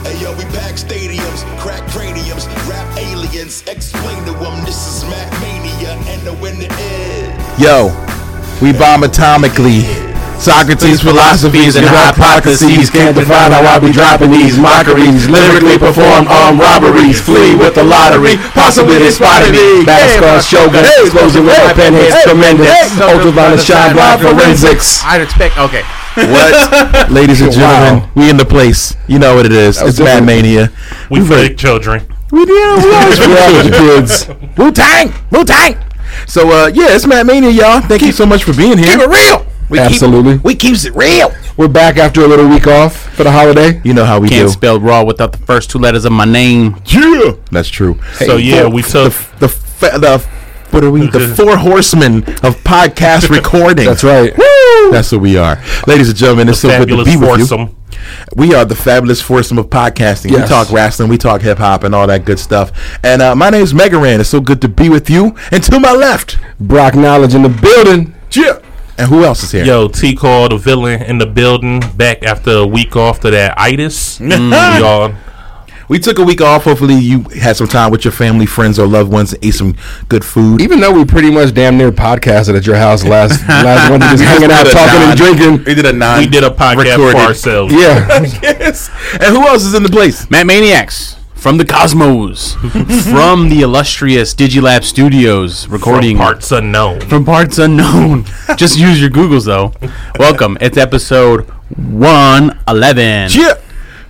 Hey yo, we pack stadiums, crack craniums, rap aliens, explain to 'em this is Mac Mania and the win the end. Yo, we bomb atomically. Socrates' philosophies and hypotheses can't define how I be dropping these mockeries. Lyrically perform armed robberies, flee with the lottery, possibly they spotted me. Battle scars, shogun, explosion with my pen hits tremendous. Ultraviolet shine blind forensics. I'd expect. Okay. What? Ladies and gentlemen, we in the place. You know what it is. It's Mad Mania. We very- fake children. We do. We always we always the kids. Wu Tang. Wu Tang. So uh, yeah, it's Matt Mania, y'all. Thank you so much for being here. Keep it real. We Absolutely. we keeps it real. We're back after a little week off for the holiday. You know how we Can't do. spell raw without the first two letters of my name. yeah, that's true. So yeah, we took the fa- the what are we? The four horsemen of podcast recording. That's right. Woo! That's what we are, ladies and gentlemen. It's so good to fabulous be with you. foursome. We are the fabulous foursome of podcasting. We Yes. talk wrestling, we talk hip hop, and all that good stuff. And uh, my name's Megaran. It's so good to be with you. And to my left, Brock Knowledge in the building. yeah. And who else is here? Yo, T call the villain in the building back after a week off to that itis. Mm. we all We took a week off. Hopefully, you had some time with your family, friends, or loved ones, and ate some good food. Even though we pretty much damn near podcasted at your house last last one, just hanging out, Did a talking non- and drinking. We did a non. we did a podcast for recorded. ourselves. Yeah, yes. And who else is in the place? Matt Maniacs from the Cosmos, from the illustrious DigiLab Studios, recording From parts unknown. from parts unknown. Just use your Googles though. Welcome. It's episode one eleven. Yeah.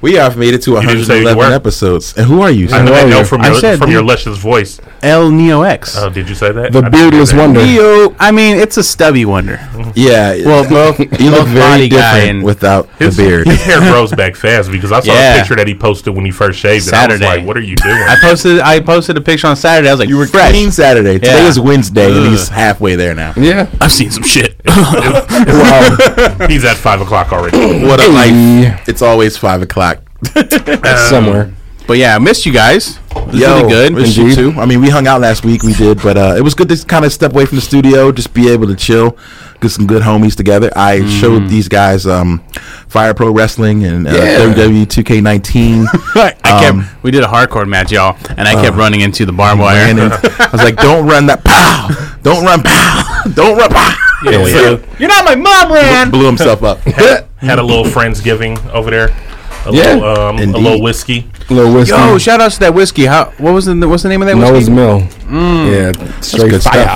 We have made it to didn't say you 111 were. episodes. And who are you? I know, I know from I your said from your the- luscious voice. El Neo X. Oh, did you say that? I the didn't hear beardless that. wonder. Neo. I mean, it's a stubby wonder. yeah. Well, both- you look both very body guy different and- without the His, beard. his hair grows back fast because I saw Yeah. a picture that he posted when he first shaved. And I was Saturday. like, what are you doing? I posted. I posted a picture on Saturday. I was like, You were fresh. clean Saturday. Today Yeah. is Wednesday, and he's Ugh. halfway there now. Yeah. I've seen some shit. He's at five o'clock already. What a Hey. life! It's always five o'clock. Somewhere. but yeah, I missed you guys. This is really good. miss you too. I mean, we hung out last week. We did, but uh, it was good to kind of step away from the studio, just be able to chill, get some good homies together. I Mm-hmm. showed these guys um, Fire Pro Wrestling and uh, Yeah. WWE 2K19. I kept. Um, we did a hardcore match, y'all, and I kept running into the barbed wire. and then I was like, "Don't run that pow! Don't run pow! Don't run pow!" Yeah, so You're not my mom, Ran. Blew himself up. had a little friendsgiving over there. A Yeah, little um, a little indeed. whiskey. Little whiskey. Yo, shout out to that whiskey. How? What was the? What's the name of that Noah's whiskey? Mill. Yeah, straight good fire.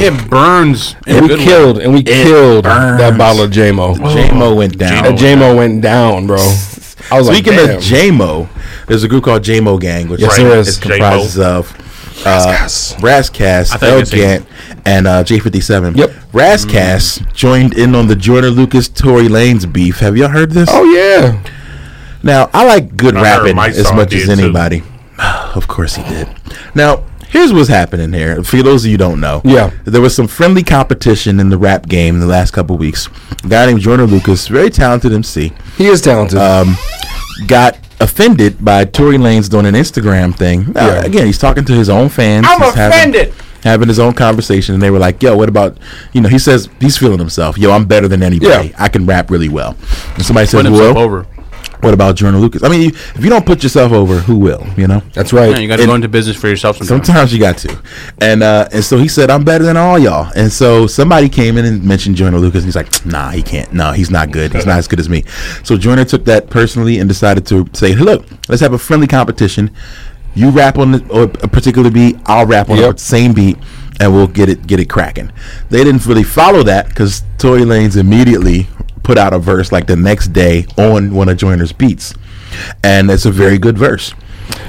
It burns. in a And we good way. killed and we killed burns. that bottle of JMO. J-Mo went down. That JMO went down, bro. I was Speaking like, damn. of JMO, there's a group called JMO Gang, which Yes, is, there is. it comprises of uh, Razzcast, thought you were saying- Elgant, and uh, J57. Yep. Razzcast Mm. joined in on the Jordan Lucas Tory Lanez beef. Have y'all heard this? oh yeah, Now, I like good I heard rapping my as song much as did, too. anybody. of course he did. Now, here's what's happening here. For those of you who don't know, Yeah. there was some friendly competition in the rap game in the last couple weeks. A guy named Jordan Lucas, very talented MC he is talented. got offended by Tory Lanez doing an Instagram thing. Now, Yeah. Again, he's talking to his own fans. I'm he's having- offended. Having, his own conversation, and they were like, "Yo, what about you know?" He says he's feeling himself. Yo, I'm better than anybody. Yeah. I can rap really well. And somebody says, Put himself "Well, over. what about Jordan Lucas?" I mean, you- if you don't put yourself over, who will? You know. That's right. Man, you got to and- go into business for yourself sometimes. Sometimes you got to, and uh, and so he said, "I'm better than all y'all." And so somebody came in and mentioned Joyner Lucas. And he's like, "Nah, he can't. No, he's not good. He's not as good as me." So Joyner took that personally and decided to say, hey, "Look, let's have a friendly competition. You rap on the, or a particular beat. I'll rap on Yep. the same beat, and we'll get it get it cracking." They didn't really follow that because Tory Lanez immediately put out a verse like the next day on one of Joyner's beats, and it's a very good verse.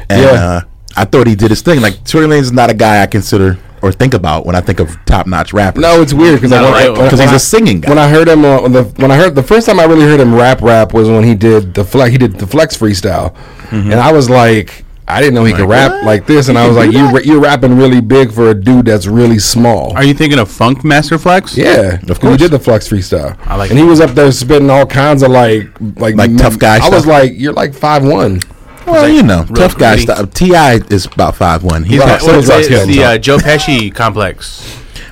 And Yeah. uh, I thought he did his thing. Like Tory Lanez is not a guy I consider or think about when I think of top notch rappers. No, it's weird because Not I right, when- 'cause when he's I- a singing guy. When I heard him on the when I heard the first time I really heard him rap rap was when he did the flex he did the flex freestyle, Mm-hmm. and I was like. I didn't know he could rap like this, and I was like, "You ra- you're rapping really big for a dude that's really small." Are you thinking of Funk Master Flex? yeah, Of of course. course. We did the flex freestyle, I like and he was up there spitting all kinds of like like Like m- tough guy I was stuff. like, "You're like five one." well, you know, real tough guy gritty. stuff. Ti is about five one. He's Right, got- so What's Sounds like it? It's him, the huh? uh, Joe Pesci complex.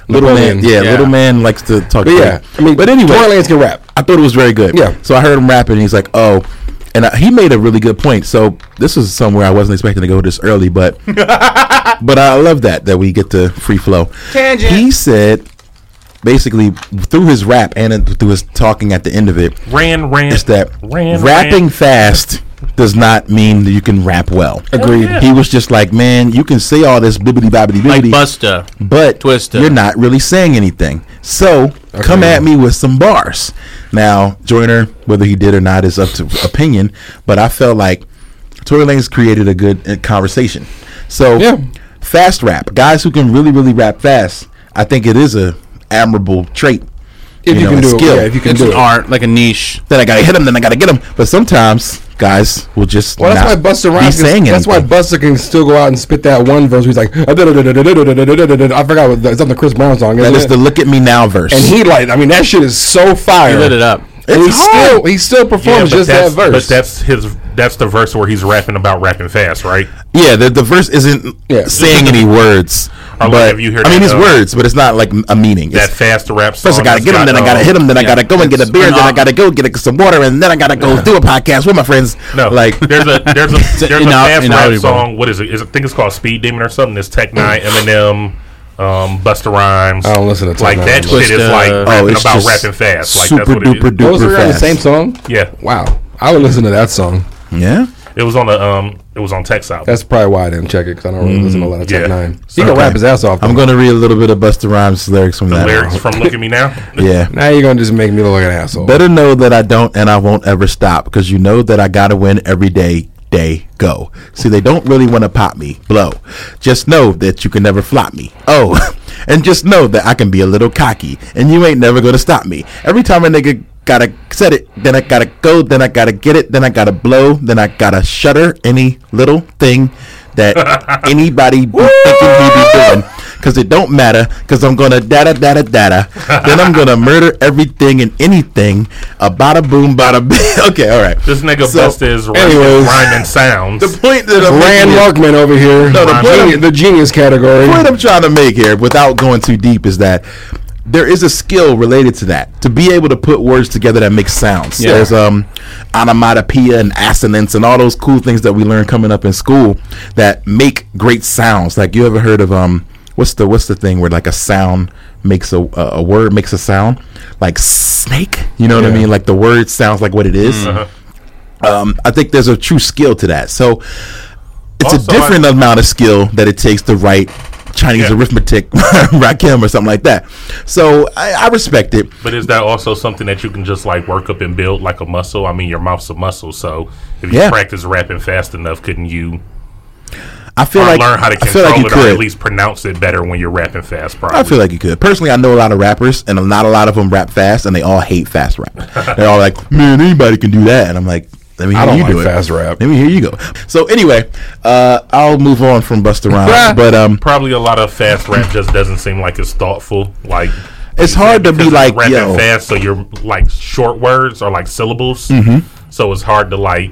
little man. Yeah, Yeah. little man likes to talk. But yeah, crazy. I mean, but anyway, Tory Lanez can rap. I thought it was very good. Yeah. So I heard him rapping, and he's like, "Oh," and I, he made a really good point. So this is somewhere I wasn't expecting to go this early, but but I love that that we get the free flow. Tangent. He said, basically through his rap and through his talking at the end of it, Ran, ran. is that ran, rapping Ran. fast does not mean that you can rap well. Agreed. yeah. He was just like, man, you can say all this bibbity bobbity Like bibbity, Busta. but Twista. you're not really saying anything. So come at me with some bars. Now, Joyner, whether he did or not is up to opinion, but I felt like Tory Lanez created a good uh, conversation. So Yeah. fast rap, guys who can really, really rap fast, I think it is a admirable trait. If you, know, can and do skill it, yeah, if you can It's do an it. art, like a niche. then I gotta hit him, then I gotta get him. But sometimes guys will just Well, that's not why Buster be Rhymes. Can, saying that's why anything. Buster can still go out and spit that one verse. Where he's like, "Ah, da- da- da- da- da- da- da- da- da- da- da- da." I forgot what the, it's on the Chris Brown song. that isn't is it? the look at me now verse. and he like, I mean, that shit is so fire. He lit it up. And he It's hard. still he still Yeah, performs but just that that's- verse. But that's his. That's the verse where he's rapping about rapping fast, right? yeah, the, the verse isn't Yeah. saying any words. Or like, but have you heard I mean, that, it's uh, words, but it's not like a meaning. That It's, fast rap. Song First, I gotta that's get him, then I got, gotta uh, hit him, then I gotta go and get a It's beer, an then I op- gotta go get some water, and then I gotta go do a podcast with my friends. No, like like there's a there's a there's a in our- fast in rap our- song. What is it? Is I think it's called Speed Demon or something. It's Tech Nine, Mm. Eminem, um, Busta Rhymes. I don't listen to Tech like Nine that that shit is like much. Twista. oh, rapping it's about just rapping fast. Like super that's what it duper is. Those duper three are on the fast. same song. Yeah, Wow, I would listen to that song. Yeah, it was on the um, it was on Tech's album. That's probably why I didn't check it because I don't really listen to a lot of Tech yeah. Nine. He can Okay. rap his ass off. I'm though. gonna read a little bit of Buster Rhymes lyrics from the that. lyrics from "Look at Me Now." Yeah. now you're gonna just make me look like an asshole. Better know that I don't and I won't ever stop because you know that I gotta win every day. Day go. See, they don't really want to pop me, blow. Just know that you can never flop me. Oh, and just know that I can be a little cocky and you ain't never gonna stop me. Every time a nigga gotta set it, then I gotta go, then I gotta get it, then I gotta blow, then I gotta shudder any little thing that anybody be thinking he be doing because it don't matter because i'm gonna data data data then i'm gonna murder everything and anything about a boom bada bing okay all right This nigga So, Busta is anyways. rhyming, rhyming sounds. the point that i'm Rand making is- Luckman over here. No, the Geni- point I'm- the genius category. point i'm trying to make here without going too deep is that there is a skill related to that to be able to put words together that make sounds Yeah. there's um onomatopoeia and assonance and all those cool things that we learned coming up in school that make great sounds like you ever heard of um what's the what's the thing where like a sound makes a a a word makes a sound like snake you know what i mean like the word sounds like what it is. um i think there's a true skill to that so it's Also, a different amount of skill that it takes to write Chinese Yeah. arithmetic Rakim or something like that. So I, I respect it. But is that also something that you can just like work up and build like a muscle? I mean, your mouth's a muscle, so if you Yeah. practice rapping fast enough, couldn't you I feel or like learn how to I feel control like you it, or at could. least pronounce it better when you're rapping fast? Probably. I feel like you could. Personally, I know a lot of rappers, and not a lot of them rap fast, and they all hate fast rap. They're all like, "Man, anybody can do that," and I'm like, "Let me hear I don't you do like it." fast rap. Let me hear you go. So anyway, uh, I'll move on from Busta Rhymes, but um, probably a lot of fast rap just doesn't seem like it's thoughtful. Like It's you said, hard to because be it's like, rapping yo. fast, so you're like short words or like syllables. Mm-hmm. So it's hard to like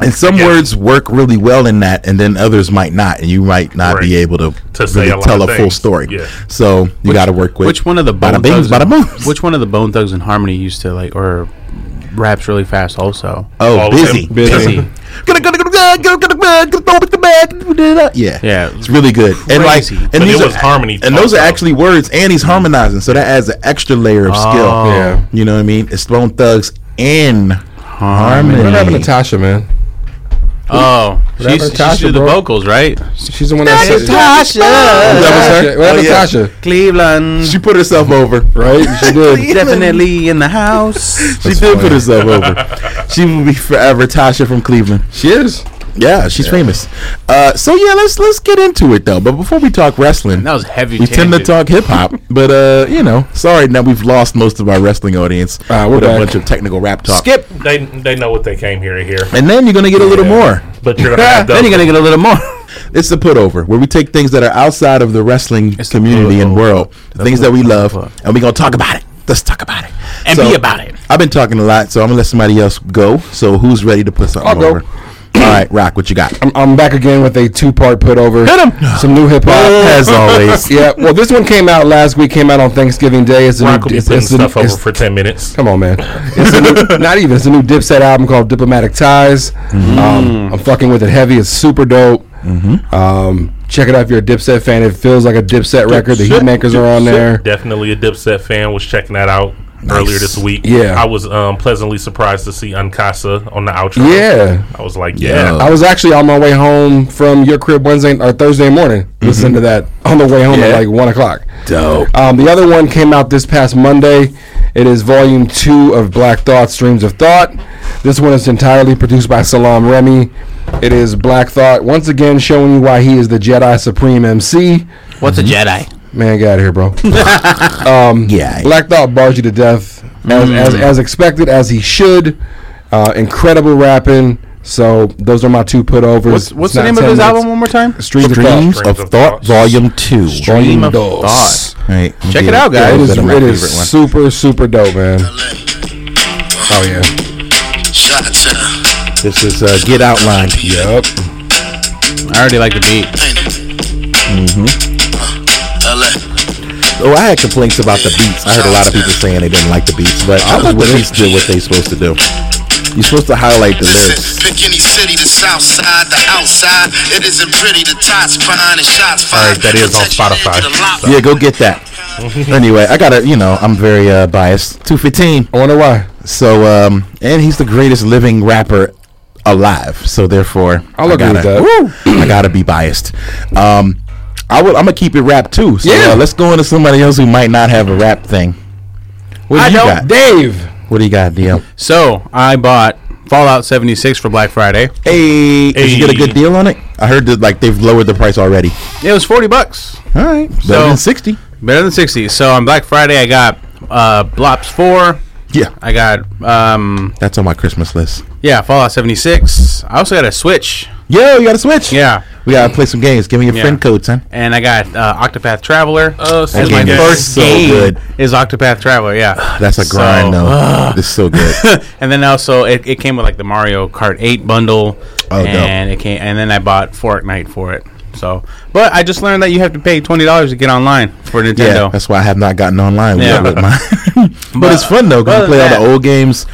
and some Yeah. words work really well in that, and then others might not, and you might not be Right. able to, To say really a lot tell a of full things. story. Yeah. So you got to work with Which one of the bada Bone bings, Thugs? bada and- booms. Which one of the Bone Thugs and Harmony used to like or raps really fast? Also, Oh, all of busy. them. Busy. Yeah, Yeah. it's really good. And like, Crazy. and But these it are was harmony and those are also. actually words, and he's harmonizing, so that adds an extra layer of Oh. skill. Yeah. You know what I mean? It's Bone Thugs and harmony. What happened to Tasha, man? Oh, she's, happened to she Tasha, did the bro? vocals, right? She's the one that said Tasha, That was her? What happened Oh, yeah. to Tasha? Cleveland, She put herself over. Right? She did. definitely in the house. She did put herself over. She will be forever Tasha from Cleveland. She is. Yeah, she's famous. Uh, so yeah, let's let's get into it though. But before we talk wrestling, That was a heavy We tend to tangent. talk hip hop, but uh, you know, sorry now we've lost most of our wrestling audience Ah, we're with back. a bunch of technical rap talk. Skip, They they know what they came here to hear. and then you're gonna get a little more. But you're gonna have then you're those- gonna get a little more. It's the putover where we take things that are outside of the wrestling community and world, the things that we love, and we're gonna talk about it. Let's talk about it And be about it. I've been talking a lot, so I'm gonna let somebody else go. So who's ready to put something I'll go. over? All right, Rock, what you got? I'm, I'm back again with a two part put over. Hit 'em. Some new hip hop. As always, Oh. yeah, well, this one came out last week, came out on Thanksgiving Day. It's a Rock will new, be it's, putting it's a- stuff over it's- for ten minutes. Come on, man. It's a new, not even. It's a new Dipset album called Diplomatic Ties. Um, I'm fucking with it heavy. It's super dope. Um, check it out if you're a Dipset fan. It feels like a Dipset record. The Heatmakers are on there. Definitely a Dipset fan. Was checking that out earlier this week. Yeah. I was um, pleasantly surprised to see Uncasa on the outro. Yeah. I was like, Yeah. yeah, I was actually on my way home from your crib Wednesday or Thursday morning. Listening to that on the way home at Yeah. like one o'clock. dope. Um, the other one came out this past Monday. It is volume two of Black Thought Streams of Thought. This one is entirely produced by Salam Remy. It is Black Thought once again showing you why he is the Jedi Supreme MC. What's a Jedi? Man, get out of here, bro. Yeah, Black Thought bars you to death as, as, as expected, as he should. Uh, incredible rapping. So those are my two put overs. What's, what's the name of his album? One more time. Streams, of Dreams Thought. of Thought, Volume Two. Volume of dos. Thought. Right. Check it out, Yeah, guys. it is, That my it favorite one. is super, super dope, man. Oh, yeah. Shot town. This is uh, Get Outlined. Yep. I already like the beat. Mm-hmm. Mm-hmm. LA. Oh, I had complaints about the beats. I heard a lot of people saying they didn't like the beats, but I thought the beats did what they supposed to do. You're supposed to highlight the lyrics. Listen, pick any city, the south side, the outside. It isn't pretty, the tide's fine, and shots All fired. right, that is on Spotify. Yeah, go get that. anyway, I gotta, you know, I'm very uh, biased. 215. I wonder why. So, um, and he's the greatest living rapper alive. So therefore, I'll I agree with gotta, I gotta be biased. Um, I would, I'm gonna keep it rap too. So Yeah. uh, let's go into somebody else who might not have a rap thing. What do I you don't- got? Dave. What do you got, DM? So I bought Fallout 76 for Black Friday. Hey, did you get a Hey. good deal on it? I heard that like they've lowered the price already. It was 40 bucks. All right, better So- than sixty. Better than 60. So on Black Friday, I got uh, Blops 4. Yeah, I got, um, that's on my Christmas list. yeah, Fallout 76. I also got a Switch. Yo, you got a Switch? Yeah. we gotta play some games. Give me your Yeah. friend code, son. And I got uh, Octopath Traveler. Oh, Uh, That's since my game is first so game good. is Octopath Traveler, yeah. That's a So- grind, though. it's so good. and then also it, it came with like the Mario Kart 8 bundle, Oh, dope. and it came, and then I bought Fortnite for it. So, but I just learned that you have to pay twenty dollars to get online for yeah, Nintendo. that's why I have not gotten online Yeah. yeah. with mine. but, it's fun though because other you play than all the that- old games.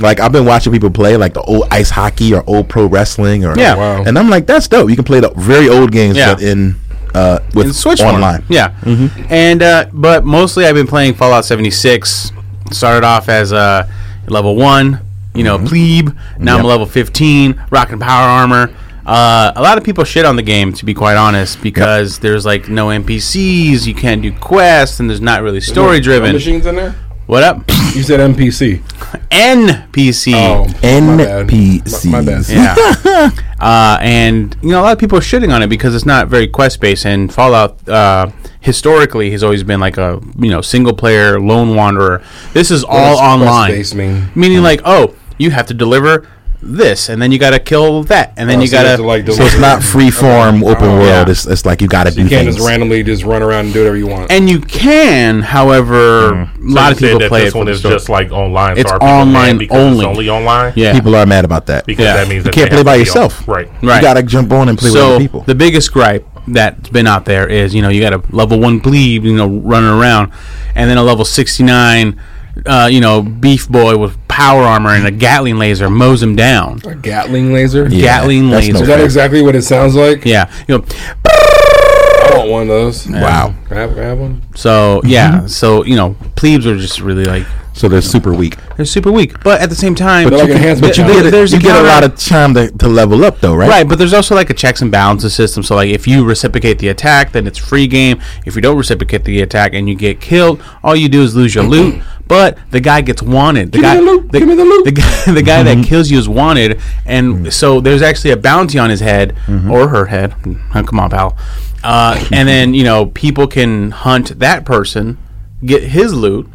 Like I've been watching people play like the old ice hockey or old pro wrestling or Yeah. Wow. and I'm like that's dope. You can play the very old games Yeah. but in uh with in Switch form. online. Yeah, and uh, but mostly I've been playing Fallout 76. Started off as uh, level one, you know, plebe. Now I'm Yep. level 15, rocking power armor. Uh, a lot of people shit on the game, to be quite honest, because there's like no NPCs, you can't do quests, and there's not really story driven. in there? What up? You said MPC. NPC. NPCs. My, bad. Yeah. uh, and, you know, a lot of people are shitting on it because it's not very quest based. And Fallout, uh, historically, has always been like a, you know, single player, lone wanderer. This is all does online. quest-based mean? Hmm. Meaning, like, oh, you have to deliver this, and then you got to kill that, and then Oh, you so you got have to, like, So it's not free form open world. It's, it's like you got to do You can't things. just randomly just run around and do whatever you want. and you can, however, a lot of Hmm. you said people that play this it for one the is story. just like online. It's are people mad online because only. It's only online. yeah. People are mad about that. because Yeah. that means You that can't they play have by to be yourself. on- right? Right. You got to jump on and play with so other people. the biggest gripe that's been out there is you know you got a level one plebe you know running around and then a level 69 uh, you know beef boy with power armor and a gatling laser mows him down Gatling laser? Yeah, gatling that's laser no Is that exactly what it sounds like? yeah you know I want one of those. wow. Grab, grab one. so yeah so you know plebes are just really like So they're super weak. They're super weak, but at the same time, But like enhancement But you Yeah, get, there's a, you get a counter- lot of time to, to level up, though, right? Right, but there's also like a checks and balances system. So like if you reciprocate the attack, then it's free game. If you don't reciprocate the attack and you get killed, all you do is lose your loot. But the guy gets wanted. The Give me guy, the loot, give me the loot. Mm-hmm. guy, the guy that kills you is wanted, and so there's actually a bounty on his head Mm-hmm. or her head. Oh, come on, pal. Uh, and then you know people can hunt that person, get his loot,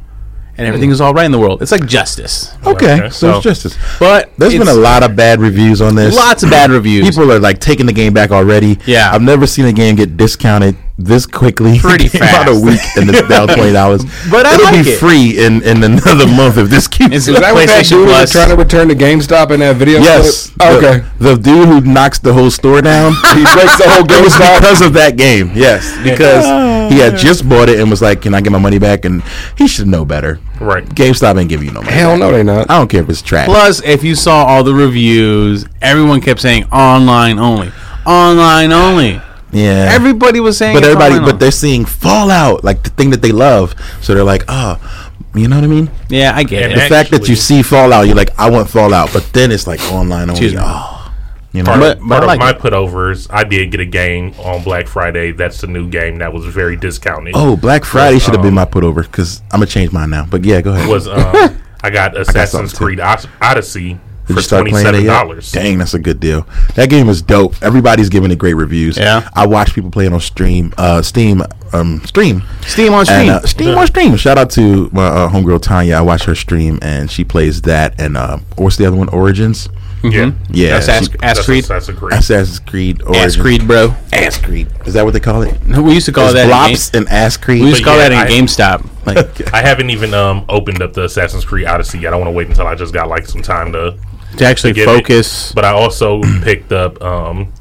and everything is all right in the world. It's like justice. Oh, Okay, so Okay. So- it's justice. But There's been a it's- lot of bad reviews on this. Lots of bad reviews. People are like taking the game back already. Yeah. I've never seen a game get discounted this quickly. Pretty About a fast. week and it's down twenty dollars. But I it'll like be it. free in, in another month if this keeps. Is up. Is that what that PlayStation dude was Plus. trying to return to GameStop in that video? Yes. Oh, The- okay. The, dude who knocks the whole store down. He breaks the whole It was GameStop. because of that game. Yes, because he had just bought it and was like, "Can I get my money back?" And he should know better. Right. GameStop ain't give you no money. Hell back. no, they not. I don't care if it's trash. Plus, if you saw all the reviews, everyone kept saying online only, online only. yeah. Everybody was saying, but it's everybody, online but they're seeing Fallout, like the thing that they love. So they're like, oh, you know what I mean? only." yeah, I get And The it. that- fact that Actually- you see Fallout, you're like, I want Fallout, but then it's like online only. Excuse me. Oh, you know, Part, but, of, but I part like of my it. putovers, I did get a game on Black Friday. That's the new game that was very discounted. oh, Black Friday should have um, been my putover because I'm gonna change mine now. But yeah, go ahead. was um, I got Assassin's something, too. Creed Os- Odyssey Did for you start twenty playing it seven yet? dollars. Dang, that's a good deal. That game is dope. Everybody's giving it great reviews. Yeah. I watch people playing on stream, uh, Steam, um, stream, Steam on And, stream. uh, Steam on stream. Shout out to my uh, homegirl Tanya. I watch her stream and she plays that and uh, what's the other one? Origins. Yeah, Yeah, That's Ass, she- Ass Mm-hmm. Creed. Assassin's Creed. Assassin's Creed. Origins. Ass Creed, bro. Ass Creed. Is that what they call it? We used to call It's that. in Blops Game- and Ass Creed. we used to But call yeah, that I- in GameStop. Like, I haven't even um, opened up the Assassin's Creed Odyssey yet. I want to wait until I just got like some time to To actually get focus. It. But I also picked up um,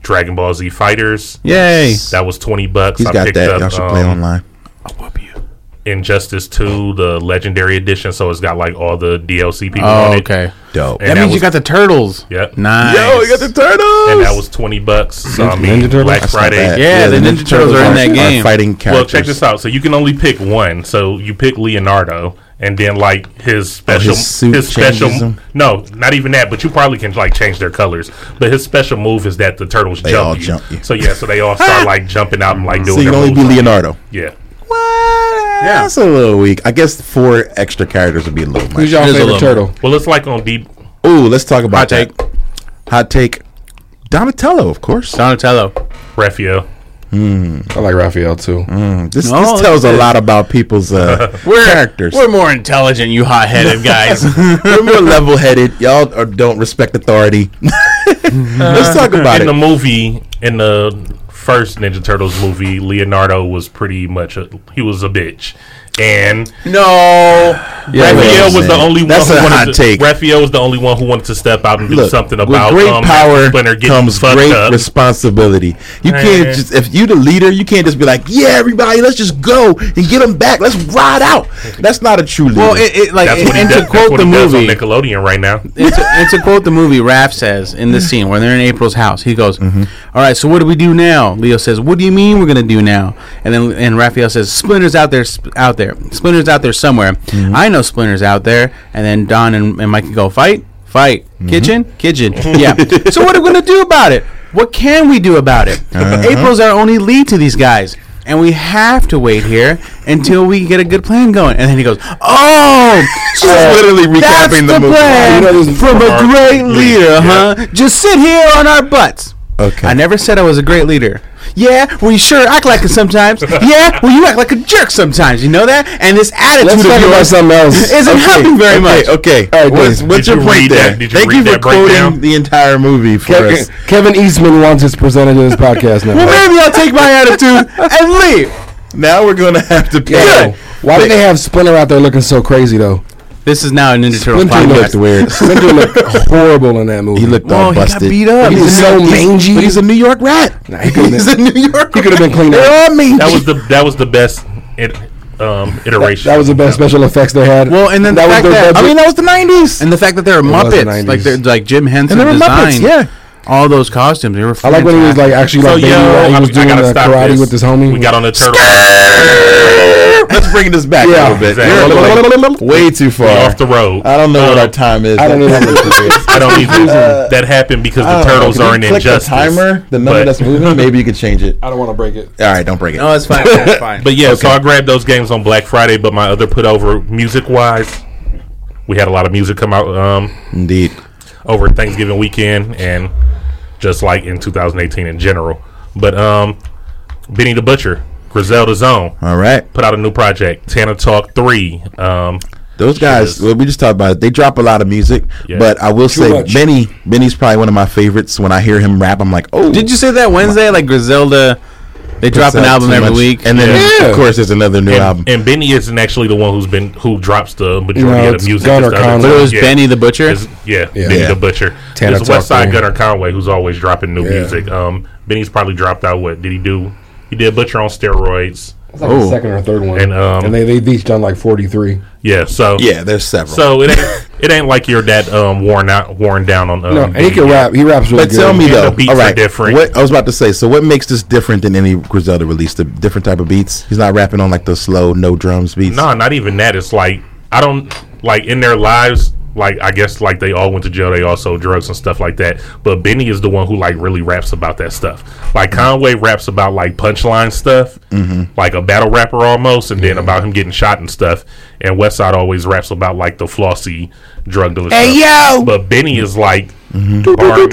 Dragon Ball Z Fighters. Yay! That was twenty bucks. he's I got picked that. up Y'all should um, play online. Injustice Two, the Legendary Edition. So it's got like all the DLC people. Oh, on it. okay. Dope. And that means that you was- got the turtles. Yep. Nice. turtles. And that was twenty bucks. So I mean, Ninja Turtles? Black That's not Friday. bad. Yeah, the Ninja Turtles are in that game. fighting characters. Well, check this out. So you can only pick one. So you pick Leonardo, and then like his special, Oh, his suit his special. changes him? No, not even that. But you probably can like change their colors. But his special move is that the turtles jump, all you. jump you. So yeah, so they all start like jumping out and like doing. So you their can only be moves. Leonardo. Yeah. Yeah, that's a little weak. I guess four extra characters would be a little much. Who's y'all There's a favorite little- turtle? Well, it's like on deep. Ooh, let's talk about Hot take. that. Hot take. Donatello, of course. Donatello. Raphael. I like Raphael too. This, No, this tells a it's- lot about people's uh, We're, characters. We're more intelligent, you hot-headed guys. We're more level headed. Y'all are, don't respect authority. Let's talk about In the it. movie, in the first Ninja Turtles movie, Leonardo was pretty much a, he was a bitch, and no. Raphael was the man. only That's one. a who wanted hot to, take. Raphael was the only one who wanted to step out and do Look, something with about great um, power Splinter getting comes fucked great up. responsibility. You can't Man. just if you the leader, you can't just be like, yeah, everybody, let's just go and get them back. Let's ride out. That's not a true leader. Well, it, it like That's what he and does. to quote the he does movie, on Nickelodeon right now. and, to, and to quote the movie, Raph says in this scene when they're in April's house, he goes, "All right, so what do we do now?" Leo says, "What do you mean we're gonna do now?" And then and Raphael says, "Splinter's out there, sp- out there, Splinter's out there somewhere. I know Splinter's out there." And then Don and, and Mikey go fight, fight, kitchen, kitchen. Yeah. so what are we gonna do about it? What can we do about it? April's our only lead to these guys. And we have to wait here until we get a good plan going. And then he goes, "Oh, She's literally that's recapping the, the movie. plan You know, this is from a our great leader, leader, yeah. huh? Just sit here on our butts. Okay. I never said I was a great leader. Yeah, well, you sure act like it sometimes. yeah, well, you act like a jerk sometimes. You know that? And this Let's attitude talk of about yours something else. isn't helping okay, very much. Okay. All right, what's Dave. what's Did your you point read there? that- did you Thank you read for that quoting breakdown? the entire movie for Kevin, us. Kevin Eastman wants his percentage of this podcast now. Well, maybe I'll take my attitude and leave. Now we're gonna have to Yo, pay. Why do they have Splinter out there looking so crazy though? This is now a Ninja Turtle Splinter looked podcast. weird. Splinter looked horrible in that movie. He looked Well, all Oh, he got busted. beat up. He He's was so mangy. But he's a New York rat. he could've he's a been- New York. he could have been cleaned They're up. all mean. That was the that was the best it, um, iteration. That was the best special effects they had. Well, and then the fact that- I mean, that was the nineties. And the fact that there are was the Muppets, like 90s. they're like Jim Henson there were Muppets, designed. yeah. all those costumes. They were I like when he was like actually So like Oh, yo, Baby Ray, he I, was I doing gotta the stop karate this. with his homie. We got on the turtle. Let's bring this back Yeah. a little bit. Exactly. We're like way too far. We're off the road. I don't know what Um, our time is. I don't even know what it is. I don't even. that happened because the turtles are in uh, click injustice. The timer, the number but, that's moving. Maybe you could change it. I don't want to break it. All right, don't break it. "Oh, it's fine, it's fine." but yeah, so I grabbed those games on Black Friday. But my other put over music wise, we had a lot of music come out um, Indeed. over Thanksgiving weekend and just like in 2018 in general. But um, Benny the Butcher, Griselda Zone, All right. put out a new project, Tana Talk Three. Um, Those guys, well, we just talked about it. They drop a lot of music, Yeah. but I will say much. Benny. Benny's probably one of my favorites. When I hear him rap, I'm like, oh. Did you say that Wednesday? Like Griselda, they drop an out album too every much. week, And then, Yeah. of course, there's another new album. and, and Benny isn't actually the one who's been who drops the majority No, of it's the music. Gunner It's the other Conway. two. But it was Yeah. Benny the Butcher. Is- yeah, Yeah. Benny Yeah. the Butcher. Tanner It's Westside Tucker. Gunner Conway who's always dropping new music. Um, Benny's probably dropped out what did he do? He did Butcher on steroids. It's like the second or third one. And, And, um, they they've each done like forty three. Yeah, so yeah, there's several. So it ain't it ain't like you're that um worn out worn down on um, No, and he Benny can yet. rap. He raps really but good. tell me And the though, beats all are right, different. What I was about to say. So, what makes this different than any Griselda release? The different type of beats. He's not rapping on like the slow, no drums beats. No, not even that. It's like I don't like in their lives. Like I guess like they all went to jail. They all sold drugs and stuff like that. But Benny is the one who like really raps about that stuff. Mm-hmm. Like Conway raps about like punchline stuff, like a battle rapper almost, and then about him getting shot and stuff. And Westside always raps about like the flossy drug dealer. Hey yo! But Benny is like. bar-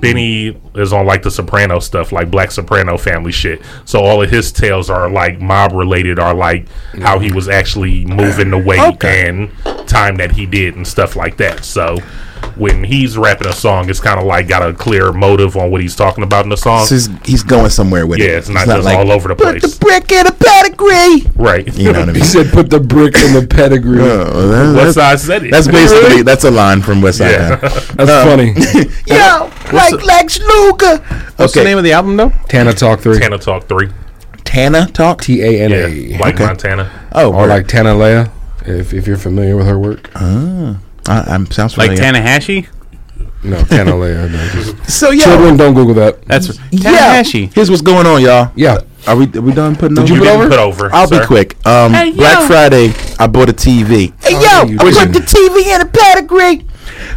Benny is on like the Soprano stuff, like Black Soprano family shit. So all of his tales are like mob related, are like how he was actually moving the weight and time that he did and stuff like that. So when he's rapping a song, it's kind of like got a clear motive on what he's talking about in the song. So he's, he's going somewhere with it. Yeah, it's not He's just all over the "Put place." brick in a pedigree. right. You know what I He mean? said, "Put the brick in the pedigree." Oh, that- that's, West Side said it. that's basically that's a line from West Side. Yeah. Gun. That's funny. Yo, like Lex Luger. What's okay, the name of the album though? Tana Talk three. Tana Talk 3. Tana talk. T A N A. Yeah. Like Montana. oh, Or word. like Tana Leia, if if you're familiar with her work. I, I'm sounds Like familiar. Tanahashi. No, Tana Leia. No, just- So yo, Children, don't Google that. That's yeah. Tanahashi. Here's what's going on, y'all. Yeah. Are we are we done putting? Did you You put didn't over? put over. I'll sir. be quick. Um, Black Friday, I bought a TV. Hey yeah, you I did. put the TV in a pedigree.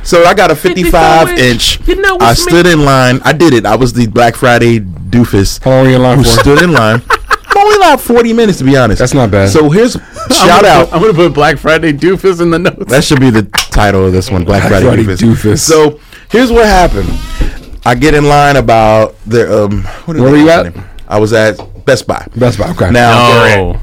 So I got a 55 inch. I stood in line. I did it. I was the Black Friday doofus. How long are you in line who for? stood in line. I'm only allowed 40 minutes to be honest. That's not bad. So here's shout out. I'm gonna put Black Friday doofus in the notes. That should be the title of this one, Black Friday, Friday Doofus. Doofus. So here's what happened. I get in line about the um. What Where were you at? I was at Best Buy. Best Buy. Okay. Now, Oh,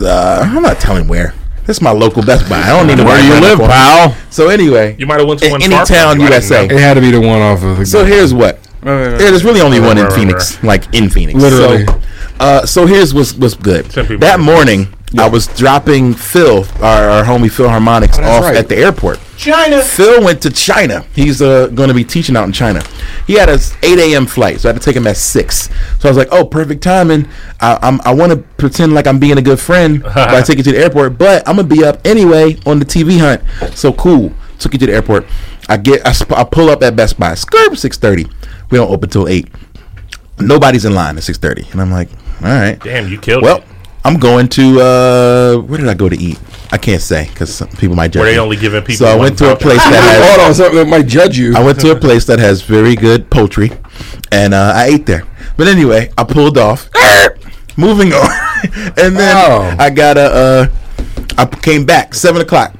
uh, I'm not telling where. This is my local Best Buy. I don't need to. Where pal? So anyway, You might have went to In one any far from town, you. I didn't USA. know. It had to be the one off of. The So here's what. Yeah, there's really only one in right, Phoenix, like in Phoenix. Literally. So, uh, so here's what's what's good. Simply That Mobile. morning, I was dropping Phil, our, our homie Phil Harmonics, off right. at the airport. China. Phil went to China. He's uh, going to be teaching out in China. He had a 8 a.m. flight, so I had to take him at six. So I was like, "Oh, perfect timing." I, I'm, I want to pretend like I'm being a good friend by taking you to the airport, but I'm gonna be up anyway on the TV hunt. So cool. Took you to the airport. I get I, sp- I pull up at Best Buy. Skirp 6:30. We don't open till eight nobody's in line at 6.30 and i'm like all right Damn, you killed well it. i'm going to uh where did i go to eat i can't say because people might judge Were they me. only giving people so i one went to a pound? place that has Hold on, something that might judge you. i went to a place that has very good poultry and uh, i ate there but anyway i pulled off moving on and then Oh. i got a uh i came back seven o'clock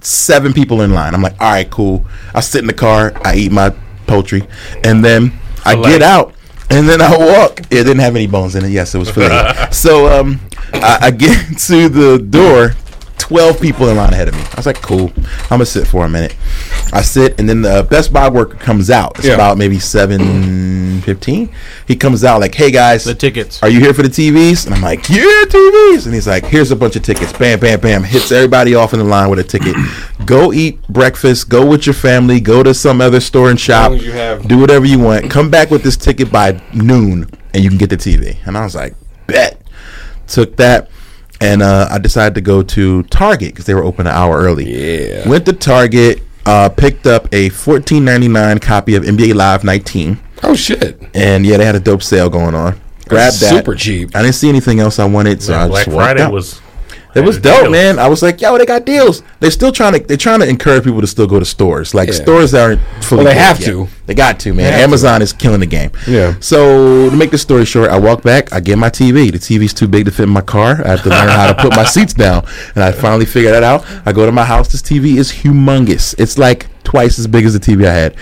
seven people in line i'm like all right cool i sit in the car i eat my poultry and then i Filet. get out and then i walk it didn't have any bones in it yes it was filet so um I, I get to the door 12 people in line ahead of me i was like cool i'm gonna sit for a minute i sit and then the best buy worker comes out it's Yeah. about maybe 7.15 he comes out like hey guys The tickets. are you here for the TVs? And I'm like, yeah, TVs. And he's like, here's a bunch of tickets. Bam, bam, bam. Hits everybody off in the line with a ticket. go eat breakfast. Go with your family. Go to some other store and shop. you have- Do whatever you want. Come back with this ticket by noon, and you can get the TV. And I was like, bet. Took that, and uh, I decided to go to Target because they were open an hour early. Yeah. Went to Target. uh, picked up a 14.99 copy of NBA Live 19, Oh shit! and yeah, they had a dope sale going on. Grabbed that. super cheap. I didn't see anything else I wanted, so I Black just walked Friday out. was. It was had dope, deals. man. I was like, yo, they got deals. They're still trying to. They're trying to encourage people to still go to stores. Like Yeah. stores aren't. Fully Well, they built have yet. to. They got to, man. Amazon is killing the game. Yeah. So to make the story short, I walk back. I get my TV. The TV's too big to fit in my car. I have to learn how to put my seats down, and I finally figured that out. I go to my house. This TV is humongous. It's like twice as big as the TV I had.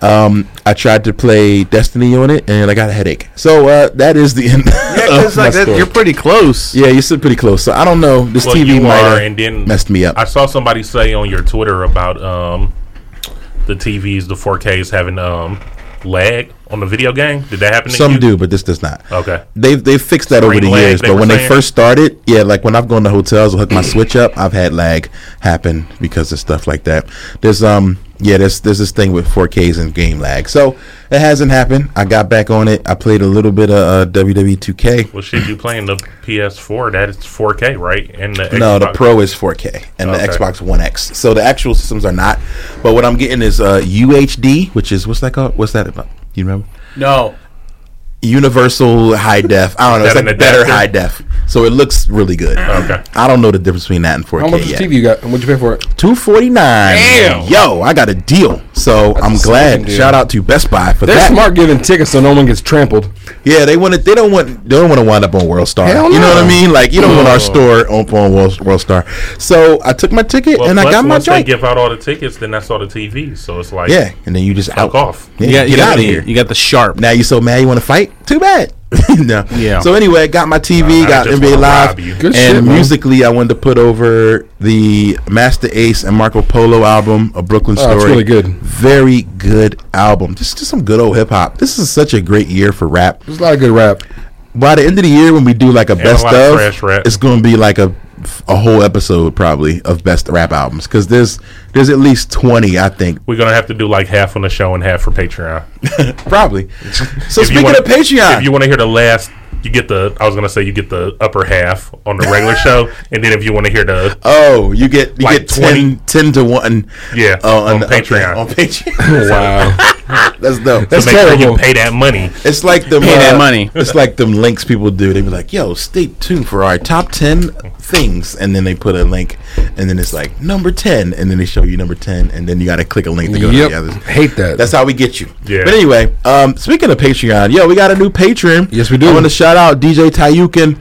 Um, I tried to play Destiny on it, and I got a headache. So uh, that is the end. Yeah, of because my like that, story. you're pretty close. Yeah, you sit pretty close. So I don't know. This Well, TV you might are, have and then messed me up. I saw somebody say on your Twitter about um, the TVs, the 4Ks having um, lag on the video game. Did that happen? To Some you? do, but this does not. Okay. They've they've fixed that over Screen the lag, years. they but were when they saying? first started, yeah, like when I've gone to hotels or hook my switch up, I've had lag happen because of stuff like that. There's um yeah, there's there's this thing with 4Ks and game lag. So it hasn't happened. I got back on it. I played a little bit of uh, WWE 2K. Well, shit, you playing the PS4? That is 4K, right? And the No, the Xbox- Pro is 4K and the Okay. Xbox One X. So the actual systems are not. But what I'm getting is uh, UHD, which is what's that called? What's that about? You remember? No. universal high def. I don't know. Is It's that like an better adapter? high def. So it looks really good. Okay. I don't know the difference between that and How much 4K is yet. the TV you got? What'd you pay for it? 249. Damn. Yo, I got a deal. So I'm smoking glad. deal. Shout out to Best Buy for They're that. smart giving tickets so no one gets trampled. Yeah, they want to. They don't want. They don't want to wind up on World Star. Hell You know no. what I mean? Like you don't want our store up on World, World Star. So I took my ticket Well, and I plus, got my once drink. they give out all the tickets, then that's all the TVs. So it's like, yeah, and then you just out fuck off. Yeah, You got, get you got out of the- here. You got the sharp. Now you so mad you want to fight? Too bad. no. Yeah. So anyway, got my TV, I got just NBA wanna Live, rob you. Good and shit, man. musically, I wanted to put over the Master Ace and Marco Polo album, A Brooklyn Oh, Story. it's really good. Very good album. Just, just some good old hip hop. This is such a great year for rap. There's a lot of good rap. By the end of the year, when we do like a best lot of of, trash rap. it's going to be like a a whole episode probably of best rap albums because there's there's at least twenty I think We're gonna have to do like half on the show and half for Patreon. probably. So If you speaking wanna- of Patreon, if you want to hear the last, you get the. I was gonna say you get the upper half on the regular show, and then if you want to hear the, Oh, you get you Like get 20 10, 10 to one. Yeah, uh, on, on the- okay, Patreon. on Patreon. Wow. That's dope. That's make sure you terrible. pay that money. it's like them Pay that uh, money. It's like them links people do. They be like, "Yo, stay tuned for our top ten things," and then they put a link, and then it's like number ten, and then they show you number ten, and then you got to click a link to go to Yep. the others. Hate that. That's how we get you. Yeah. But anyway, um, speaking of Patreon, yo, we got a new patron. Yes, we do. I want to shout out DJ Tayukin.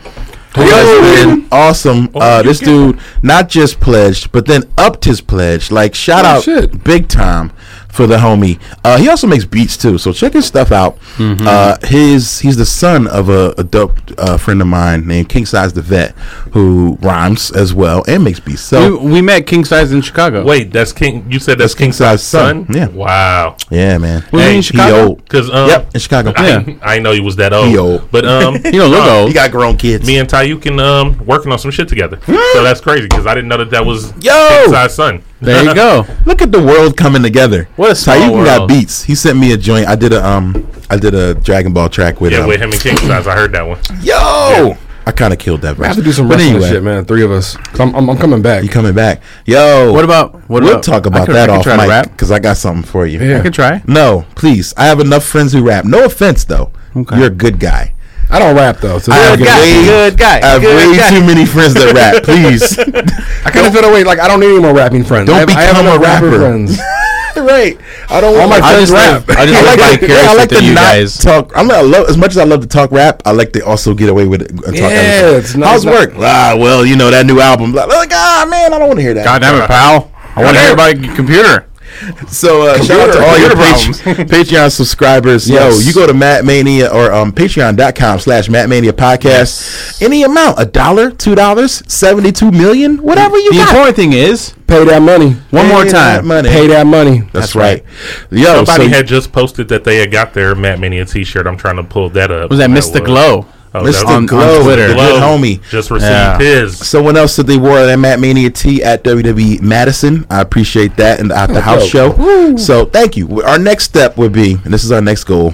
Who has been awesome. Oh, uh, this dude not just pledged, but then upped his pledge. Like shout Oh, out shit. big time for the homie. Uh, he also makes beats too, so check his stuff out. Mm-hmm. Uh, his he's the son of a, a dope uh, friend of mine named King Size the Vet, who rhymes as well and makes beats. So We, we met King Size in Chicago. Wait, that's King. You said That's that's, King King Size Size's son. son. Yeah. Wow. yeah, man. Was he in he Chicago? old. Because um, Yep, in Chicago. I, I know he was that old. He old. But um, You don't look He old. got grown kids. me and Tayukin um working on some shit together. so that's crazy because I didn't know that that was Yo! King Size son. There you go. Look at the world coming together. What a small Tyukin got world. beats. He sent me a joint. I did a um I did a Dragon Ball track with Yeah, him. with him and King Size, I heard that one. Yo! I kind of killed that verse. I have to do some But wrestling anyway, shit, man. Three of us. 'Cause I'm, I'm, I'm coming back. You coming back? Yo. What about- what We'll about- talk about I could- that I could off try to mic rap. because I got something for you. Yeah. I could try. No, please. I have enough friends who rap. No offense though. Okay. You're a good guy. I don't rap though. So I have good guy. way, good guy, I have good way guy. too many friends that rap. Please. I kind of feel that way. Like I don't need any more rapping friends. Don't I have, I have become enough a rapper rapper. friends. right. I don't All want my my I friends just rap. live, I just I live like, to, vicariously I like through to you not guys. talk. I'm not love as much as I love to talk rap. I like to also get away with it and talk Yeah, everything. it's not- How's it's not- work? Ah, well, you know that new album. Like, like, ah, man, I don't want to hear that. God damn it, pal! I want to hear about your computer. So uh, shout out to Computer- all your computer Pat- Patreon subscribers. Yo, Yes. you go to Matt Mania or um, patreon.com slash Matt Mania podcast. Any amount, a dollar, two dollars, 72 million, whatever you the got. important thing is Pay that money. one more Pay that time. money. Pay that money. That's, right. Yo, Somebody so had just posted that they had got their Matt Mania T-shirt. I'm trying to pull that up. Was that Mr. Glow? Oh, Mr. that was- Glow, on Twitter. the Glow good homie. just received Yeah. his. Someone else said they wore that Matt Mania T at WWE Madison. I appreciate that and at the house show. So thank you. Our next step would be, and this is our next goal,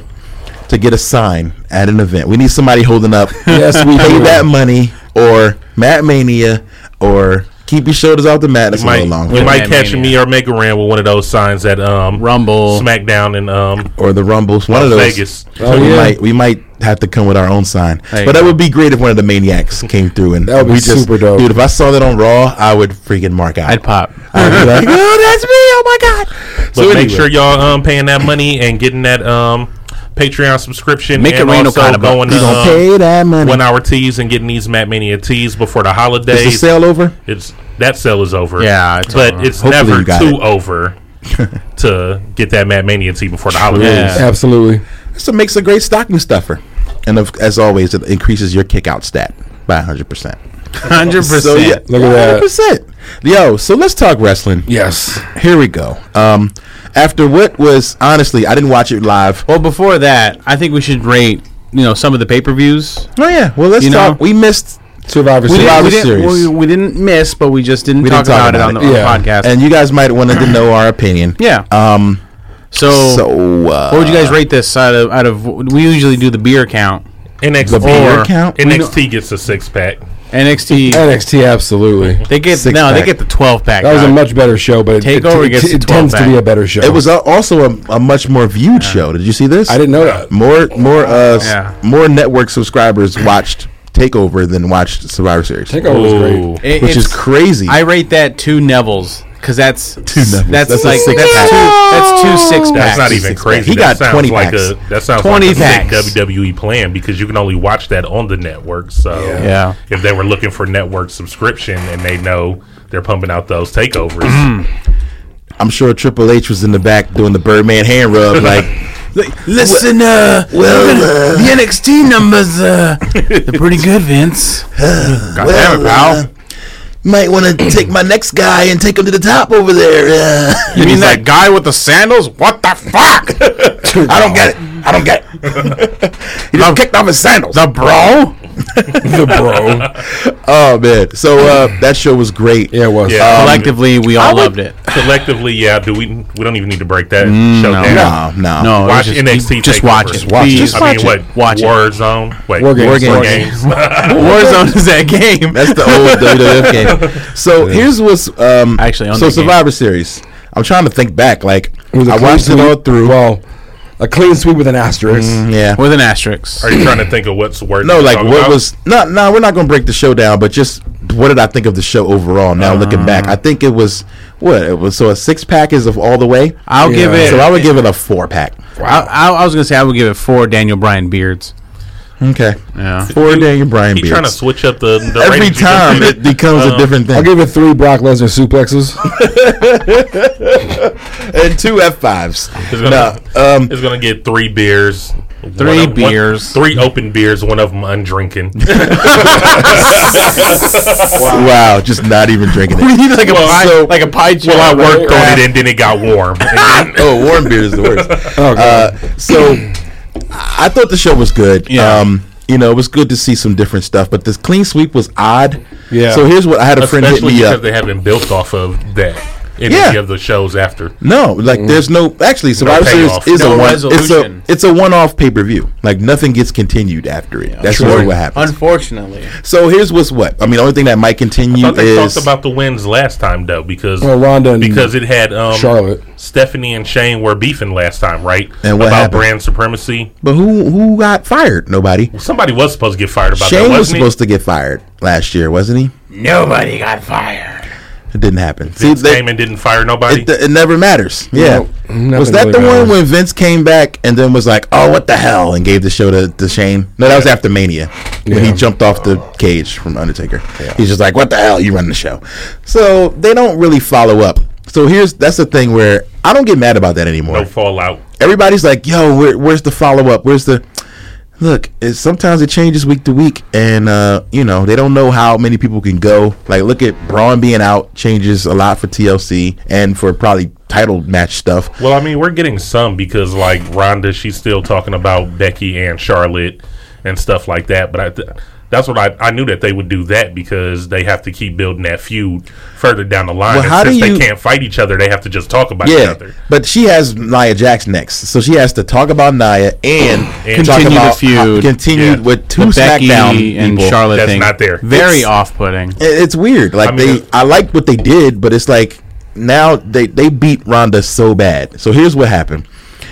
to get a sign at an event. We need somebody holding up Yes, we pay do. that money or Matt Mania or Keep your shoulders off the mat. That's a might, little long. you might Man catch Mania. me or Mega Ran with one of those signs at um, Rumble. SmackDown, and um, or the Rumbles. One Las of those. Vegas. So we Oh, yeah. might we might have to come with our own sign, There you but that go. would be great if one of the maniacs came through and That would be we super dope. dude. If I saw that on Raw, I would freaking mark out. I'd pop. I'd be like, oh, that's me! Oh my god! but So make anyway, sure y'all um, paying that money and getting that um, Patreon subscription. Make it and rain also Okada, but going we to gonna um, pay that money. one hour teas and getting these Matt Mania teas before the Is the holidays. sale over? It's that sale is over. Yeah, it's but over. it's Hopefully never you got too it. over to get that Matt Mania tea before the holidays. Yeah. Absolutely. So it makes a great stocking stuffer, and of, as always, it increases your kickout stat by hundred percent. Hundred percent. Look at that. percent. Yo, so let's talk wrestling. Yes. Here we go. Um, after what was honestly, I didn't watch it live. Well, before that, I think we should rate you know some of the pay per views. Oh yeah. Well, let's You know- talk. we missed Survivor We Series. didn't- Survivor we, didn't, Series. we, we didn't miss, but we just didn't, We talk, didn't talk about, about it on the, it. on the Yeah. podcast. and you guys might want to know our opinion. yeah. Um. so, So, uh, what would you guys rate this out of? Out of we usually do the beer count. NXT The beer or- count? NXT gets a six pack. NXT. NXT, absolutely. They get Six no. They pack. get the twelve pack. That was a guys. much better show, but it, it, Takeover it, gets it the 12 tends to back. be a better show. It was uh, also a, a much more viewed show. Did you see this? I didn't know that. More, more, uh, s- Yeah. more network subscribers watched Takeover than watched Survivor Series, Takeover was great. It- which is it's- crazy. I rate that two Neville's because that's two Neville's. That's, That's a like six that's pack. two. That's two six That's packs. not even Six crazy. packs. He that got sounds 20 like packs. a that sounds 20 like a sick packs. WWE plan because you can only watch that on the network. So Yeah. if they were looking for network subscription and they know they're pumping out those takeovers, I'm sure Triple H was in the back doing the Birdman hand rub, like. Listen, uh, well, uh, The NXT numbers, uh, they're pretty good, Vince. God damn it, pal. uh, might want to take my next guy and take him to the top over there. Uh. You mean that guy with the sandals? What the fuck? I don't get it. I don't get it. he just kicked off his sandals. The bro? the bro. oh man. So uh, that show was great. Yeah, it was. Yeah. Um, Collectively, we all loved it. collectively, yeah. Do we? We don't even need to break that show down. No, no. No, it was Watch just, NXT. Just Takeover. watch it. watch it. Please. Just I mean, watch what? Watch it. War Zone. Wait, War games. War War games. games. Warzone is that game. That's the old WWF game. So here's what's um, Actually, on so that game. Survivor Series. I'm trying to think back. Like It was a I clean watched it all sweep. through. Well, a clean sweep with an asterisk. yeah. With an asterisk. Are you trying to think of what's word? No, to like talk what about? was no, no. we're not gonna break the show down, but just what did I think of the show overall? Now looking back, I think it was what it was. So a six pack is of all the way. I'll give Yeah. it. so I would give it a four pack. I, I, I was going to say I would give it four Daniel Bryan beards. Okay, Yeah. four Daniel Bryan He beards. trying to switch up the, the Every ratings. You just time did it becomes a different I'll thing. give it three Brock Lesnar suplexes. and two F fives. It's No, gonna, um, it's gonna get three beers. one Three of- one- beers. three open beers. One of them undrinking. wow. just not even drinking it. He's like, Well, a pie, so- like a pie chart. well, I worked right? on it and then it got warm. And then- oh, warm beer is the worst. Oh, God. Uh, so I thought the show was good. Yeah. Um, you know, it was good to see some different stuff, but this clean sweep was odd. Yeah. So here's what I had a friend hit especially me because up. they haven't built off of that. Any Yeah. of the shows after. No, like there's no actually Survivor Mm. payoff. Series is No a one. resolution. It's a it's a one off pay per view. Like nothing gets continued after it. That's really what happens. Unfortunately. so here's what's what. I mean, the only thing that might continue I thought they is talked about the wins last time though, because Well, Ronda Uh, and because it had um, Charlotte. Stephanie and Shane were beefing last time, right? And what about happened? brand supremacy. but who who got fired? Nobody. Somebody was supposed to get fired about Shane that. was Wasn't supposed to get fired last year, wasn't he? Nobody got fired. It didn't happen. he? See, Vince they- came and didn't fire nobody. it, it never matters. Yeah. nothing was that really the one matters. when Vince came back and then was like, "Oh, what the hell?" and gave the show to, to Shane? No, that was after Mania when he Yeah. jumped off the cage from Undertaker. He's just like, "What the hell? You run the show." So they don't really follow up. So here's that's the thing where I don't get mad about that anymore no fallout. everybody's like, "Yo, where, where's the follow up? Where's the look?" It, sometimes it changes week to week, and uh, you know they don't know how many people can go. Like, look at Braun being out changes a lot for TLC and for probably title match stuff. Well, I mean, we're getting some because like Rhonda, she's still talking about Becky and Charlotte and stuff like that. But I, th- That's what I, I knew that they would do that because they have to keep building that feud further down the line. Well, and how do since you- they can't fight each other, they have to just talk about each Yeah, other. but she has Nia Jax next, so she has to talk about Nia and, And talk continue the about feud. continued Yeah. with two the Becky SmackDown and people. Charlotte That's thing. not there. Very It's- off-putting. It- It's weird. Like I mean, they, I like what they did, but it's like now they they beat Ronda so bad. So here's what happened.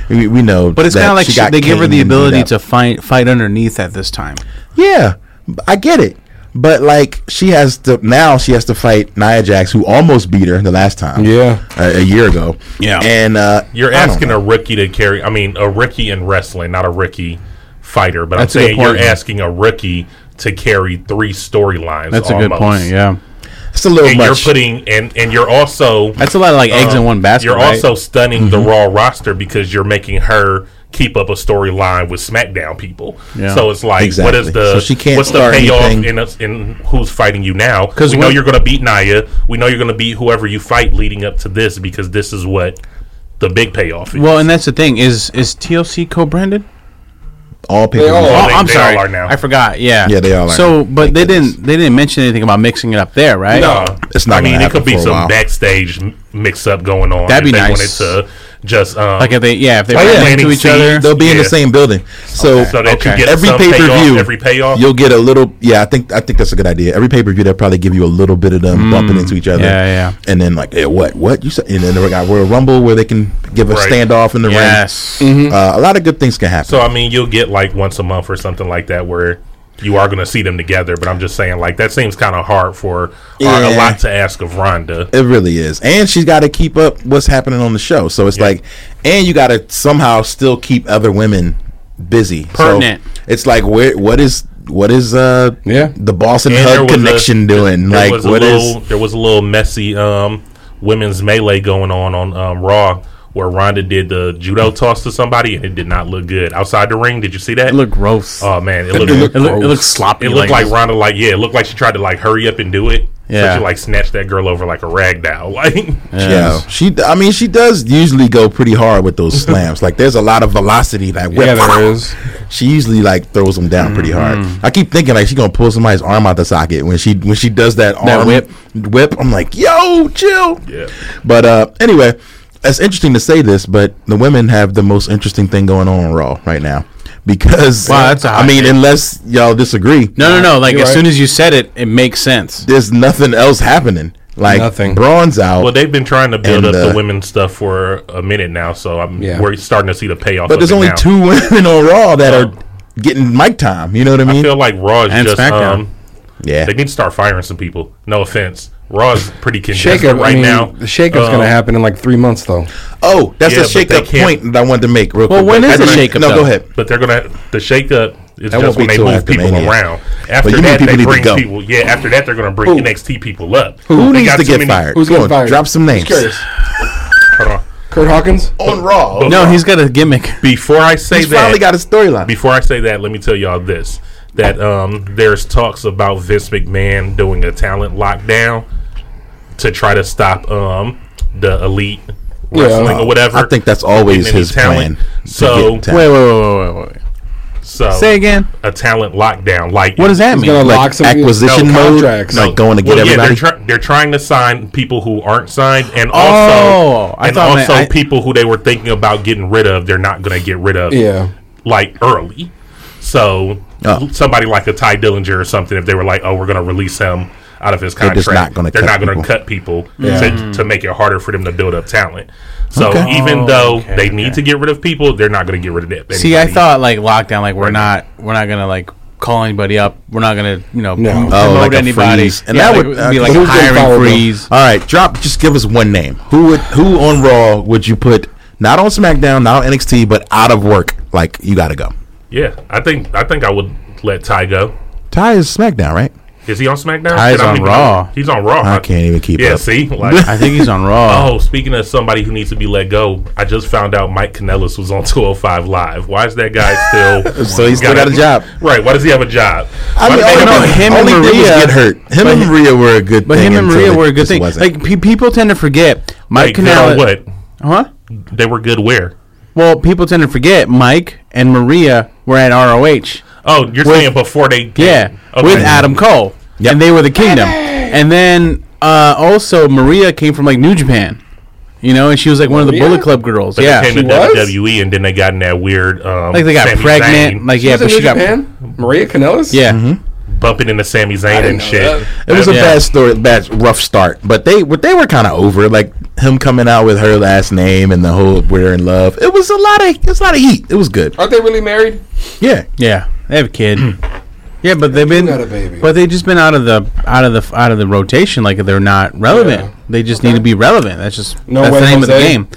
We, we know, But it's that kind of like she she got they give her Kane the and all ability that. to fight fight underneath at this time. Yeah, I get it. But like she has to now, she has to fight Nia Jax, who almost beat her the last time. Yeah. a, a year ago. Yeah. and uh, You're I don't asking know. a rookie to carry. I mean, a rookie in wrestling, not a rookie fighter. But That's a I'm good saying you're point. asking a rookie to carry three storylines. That's a good almost. point. Yeah, It's a little And much. you're putting and and you're also that's a lot of like eggs in um, one basket. You're right? also stunning the Mm-hmm. Raw roster because you're making her keep up a storyline with SmackDown people. Yeah. So it's like, what Exactly. is the So she can't what's the start payoff anything. in, us, in who's fighting you now? 'Cause Because we know when- you're going to beat Nia. We know you're going to beat whoever you fight leading up to this because this is what the big payoff is. well, and that's the thing is is TLC co-branded? all people. all Well, Oh, they- I'm they sorry. all are now. I forgot. Yeah, Yeah, they all are. So, but Thank they goodness. didn't they didn't mention anything about mixing it up there, right? No, It's not I mean, gonna it could happen be for a some while. backstage m- mix-up going on. That'd if be they nice. Wanted to just um, Like if they yeah if they Oh, yeah. ran into Planting each other. seeds. They'll be in the Yeah. same building. So, so that okay. you get every some pay per payoff, view, every payoff. you'll get a little. Yeah, I think I think that's a good idea. Every pay per view, they'll probably give you a little bit of them Mm. bumping into each other. Yeah, yeah. And then like, hey, what, what you said? And then we got Royal Rumble where they can give a Right. standoff in the Yes. ring. Uh, a lot of good things can happen. So I mean, you'll get like once a month or something like that, where you are going to see them together. But I'm just saying, like that seems kind of hard for or Yeah. a lot to ask of Rhonda. It really is. And she's got to keep up what's happening on the show. So it's like, and you got to somehow still keep other women busy. Pertinent. So it's like, where, what is, what is, uh, Yeah. the Boston And there Hub was a- connection doing? There Like, was a what is, little, there was a little messy um, women's melee going on on um, Raw where Rhonda did the judo toss to somebody and it did not look good outside the ring. Did you see that? It looked gross. Oh man, it looked it, looked, it looked sloppy. It looked like, Rhonda, like yeah, it looked like she tried to like hurry up and do it. Yeah. so she like snatched that girl over like a rag doll. Like yeah, she, I mean, she does usually go pretty hard with those slams. Like, there's a lot of velocity. Like, Yeah, whip. there is. she usually like throws them down pretty hard. Mm-hmm. I keep thinking like she's gonna pull somebody's arm out the socket when she when she does that, That arm whip. Whip. I'm like, yo, chill. Yeah. But uh, anyway, it's interesting to say this, but the women have the most interesting thing going on on Raw right now because Wow, that's a hot I mean, take. unless y'all disagree, no, no, no. Like You're as right. soon as you said it, it makes sense. there's nothing else happening. Like Nothing. Braun's out. Well, they've been trying to build And, up uh, the women's stuff for a minute now, so I'm Yeah. we're starting to see the payoff. but of there's it only now. two women on Raw that are getting mic time. You know what I Oh. I mean? feel like Raw is And just SmackDown. um, yeah. they need to start firing some people. No offense, Raw is pretty congested Shakeup right I mean, now. The shakeup's Um, gonna happen in like three months, though. Oh, that's Yeah, a but they shake-up can't- point that I wanted to make. Real Well, quick. when I is the didn't- shakeup, No, though? go ahead. But they're gonna the shakeup is That won't just be when they till move after people Mania. around. After you need that, people they to bring go. people. Yeah, after that, they're gonna bring NXT people up. Who They needs got to too get many- fired? Who's Go getting on, fired? Drop some names. curious. Hold on. Kurt Hawkins. On Raw, No, he's got a gimmick. Before I say he's that, finally got a storyline. Before I say that, let me tell y'all this: that um, there's talks about Vince McMahon doing a talent lockdown to try to stop um, the elite wrestling Yeah. or whatever. I think that's always getting any his talent. plan. to So- get Wait, talent. wait, wait, wait, wait, wait. so Say again. a talent lockdown. Like What does that mean? gonna Like, lock some acquisition no, mode, contracts. like going to get everybody. they're, try- they're trying to sign people who aren't signed, and Oh, also I and thought, man, also I- people who they were thinking about getting rid of. They're not going to get rid of. Yeah. like early. So Oh. somebody like a Ty Dillinger or something, if they were like, "Oh, we're going to release him out of his contract," just not gonna they're cut not going people. to cut people to, to make it harder for them to build up talent. So even though they need to get rid of people, they're not going to get rid of that. See, I anybody. thought like lockdown, like we're not, we're not gonna like call anybody up. We're not gonna, you know, No. promote Oh, like a anybody. freeze. And yeah, that like, would- it would be uh, like who's getting fired, hiring though? freeze. All right, drop. Just give us one name. Who would who on Raw would you put? Not on SmackDown, not on NXT, but out of work. Like you got to go. yeah, I think I think I would let Ty go. Ty is SmackDown, right? Is he on SmackDown? Ty's Shit, I don't on even know. Raw. He's on Raw. I can't even keep Uh, Yeah, up. see, like I think he's on Raw. Oh, speaking of somebody who needs to be let go, I just found out Mike Kanellis was on 205 Live. Why is that guy still? So he still got a job. right? Why does he have a job? I Why mean, oh, all do they have no, a- they- him all and they did was Maria- get hurt. Him but and him- Maria were a good but thing. him and until Maria it were a good just thing. wasn't. Like pe- people tend to forget Hey, Mike good on Canales. What Huh? they were good where? Well, people tend to forget Mike and Maria were at ROH. Oh, you're saying before they came. Yeah, Okay. with Adam Cole, and they were the Kingdom. And then uh, also Maria came from like New Japan, you know, and she was like one of the Bullet Club girls. But yeah, they came to was? WWE and then they got in that weird um, like they got Sami pregnant. Zayn, Like yeah, was in but she New got Japan? Maria Kanellis? yeah. Mm-hmm. bumping into Sami Zayn didn't and know shit. It was a Yeah. bad story, bad rough start, but they were they were kind of over it. Like him coming out with her last name and the whole "we're in love." It was a lot of it was a lot of heat. It was good. Aren't they really married? Yeah, Yeah, they have a kid. Hmm. yeah, but they've been got a baby. but they just been out of the out of the out of the rotation. Like they're not relevant. Yeah. They just need to be relevant. That's just No that's Way the name of the Jose? game.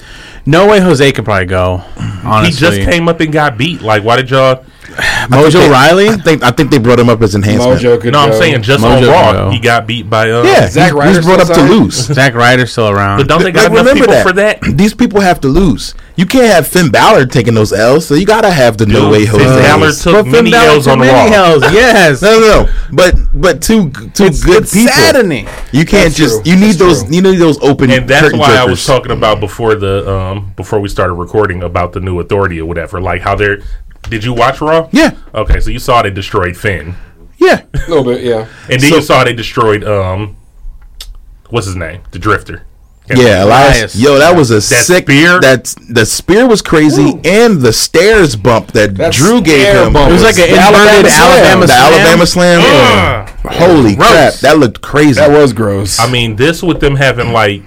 No way, Jose could probably go. Honestly, He just came up and got beat. Like, why did y'all? Mojo They- Riley. I think I think they brought him up as enhancement. Mojo could No, I'm go. saying just Mojo on can Raw, go. he got beat by. Uh, Yeah, Zack Zach he's, Ryder he's brought up still to signed? lose. Zach Ryder's still around. But don't they Like, got enough people for that? These people have to lose. You can't have Finn Balor taking those L's, so you gotta have the no way Finn Jose. Balor L's. took many L's on Raw. Yes. No, no, no. But but two two It's- good it's people. saddening. You can't That's just true. you need That's those true. you need those open and that's curtain why I was jerkers. talking about before the um before we started recording about the new authority or whatever. Like how they're. Did you watch Raw? Yeah. Okay, so you saw they destroyed Finn, Yeah, A little bit, yeah. and then you saw they destroyed um, what's his name, the Drifter. yeah, Elias. Elias. Yo, that was a sick spear? That the spear was crazy, and the stairs bump that, That Drew gave stair him. bump It was was- like an inverted Alabama the slam. Alabama slam. Holy crap, that looked crazy. That was gross. I mean, this with them having like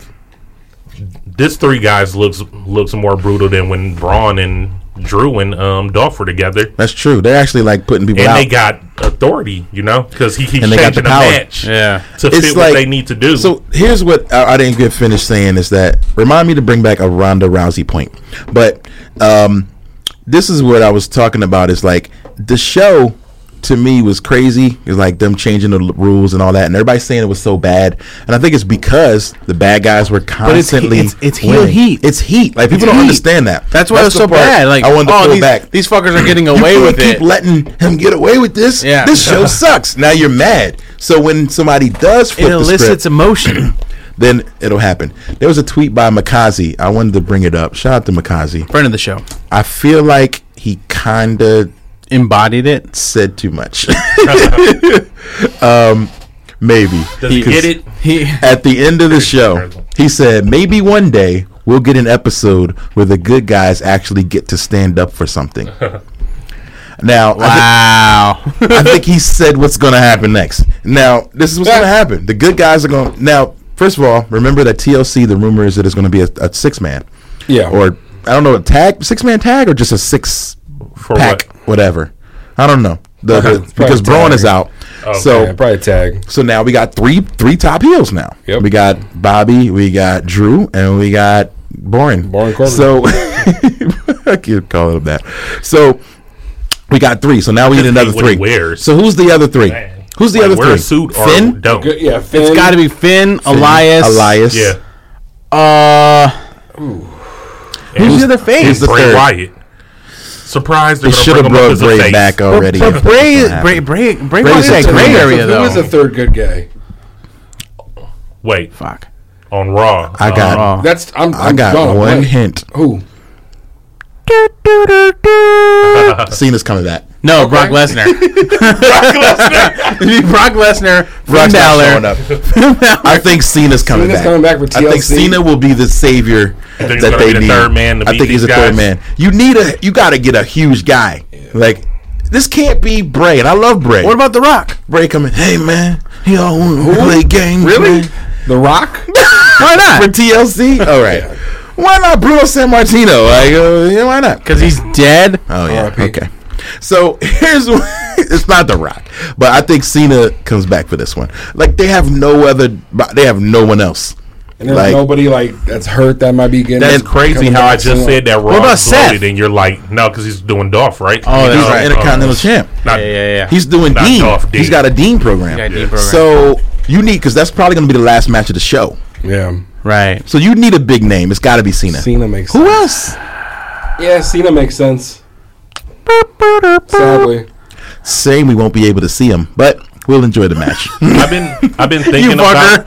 this three guys looks looks more brutal than when Braun and Drew and um Dolph were together, That's true. They're actually like putting people and out. they got authority, you know, because he keeps And they got the changing the, power. match, Yeah. to It's fit like- what they need to do. So here's what I, I didn't get finished saying is that remind me to bring back a Ronda Rousey point, but um, this is what I was talking about. Is like the show to me was crazy. It's like them changing the l- rules and all that, and everybody's saying it was so bad. And I think it's because the bad guys were it's he- constantly it's- it's heel winning. heat. It's heat. Like people It's don't heat. understand that. That's why it's the so part bad. Like, I wanted to oh, pull these, back. these fuckers are getting You away can't with keep it. letting him get away with this. Yeah. This show sucks. Now you're mad. So when somebody does flip it the elicits script, emotion. then it'll happen. There was a tweet by Makazi. I wanted to bring it up. Shout out to Makazi. Friend of the show I feel like he kinda embodied it. said too much. um, maybe. Does he get it? He At the end of the show, he said, "Maybe one day we'll get an episode where the good guys actually get to stand up for something." Now, I thi- wow. I think he said what's going to happen next. Now, this is what's going to happen. The good guys are going. Now, first of all, remember that TLC. The rumor is that it's going to be a, a six man. Yeah. Or I don't know, a tag, six man tag, or just a six For pack, whatever. I don't know. The, the- because probably Braun tag. Oh, is out. So yeah, probably tag. so now we got three three top heels now. Yep. We got Bobby, we got Drew, and we got Boring. Baron Corbin. So I keep calling him that. So we got three. So now we need Just another hate what he three. wears. So who's the other three? Man. Who's the Like, other wear three? A suit or Finn, don't. Good, yeah, Finn. It's got to be Finn, Elias, Elias. Yeah. Uh, who's the other Who's face? the Bray third? Wyatt. Surprised They they're should going to have bring him up brought as a Bray face. back already. But Bray, That's Bray, what Bray, Bray, Bray's was that that gray green. area Who was the though. third good guy? Wait, Fuck. on Raw. I got uh, Oh. That's I'm, I I'm got gone. one What? hint. Who? Cena's coming back. No, Brock Lesnar. Brock Lesnar. Brock Lesnar. Brock Brock's not showing Lesnar. up. I think Cena's coming Cena's back. coming back for I think TLC. Cena will be the savior think he's that gonna they be the need. third man to I beat think he's these a third guys? man. You need a. You got to get a huge guy. Like this can't be Bray, and I love Bray. What about The Rock? Bray coming? Hey man, he all want to play games. Really? The Rock? Why For not? TLC? All right. Why not Bruno San Martino? Like, uh, yeah, why not? Because he's dead. Oh yeah. R.I.P.. Okay. So here's one- it's not The Rock, but I think Cena comes back for this one. Like they have no other, they have no one else. And there's Like- nobody like that's hurt that might be getting. That's crazy coming how I back just soon. said that Raw about is bloated, Seth? and you're like, no, because he's doing Dolph, right? Oh, that's He's right. an intercontinental champ. Not, Yeah, yeah, yeah. He's doing Not Dean. Dolph, He's Dean. got a Dean program. Yeah, Dean program. So you need because that's probably going to be the last match of the show. Yeah. Right. So you need a big name. It's got to be Cena. Cena makes Who sense. else? Yeah, Cena makes sense. Sadly. Saying we won't be able to see him, but we'll enjoy the match. I've been I've been thinking about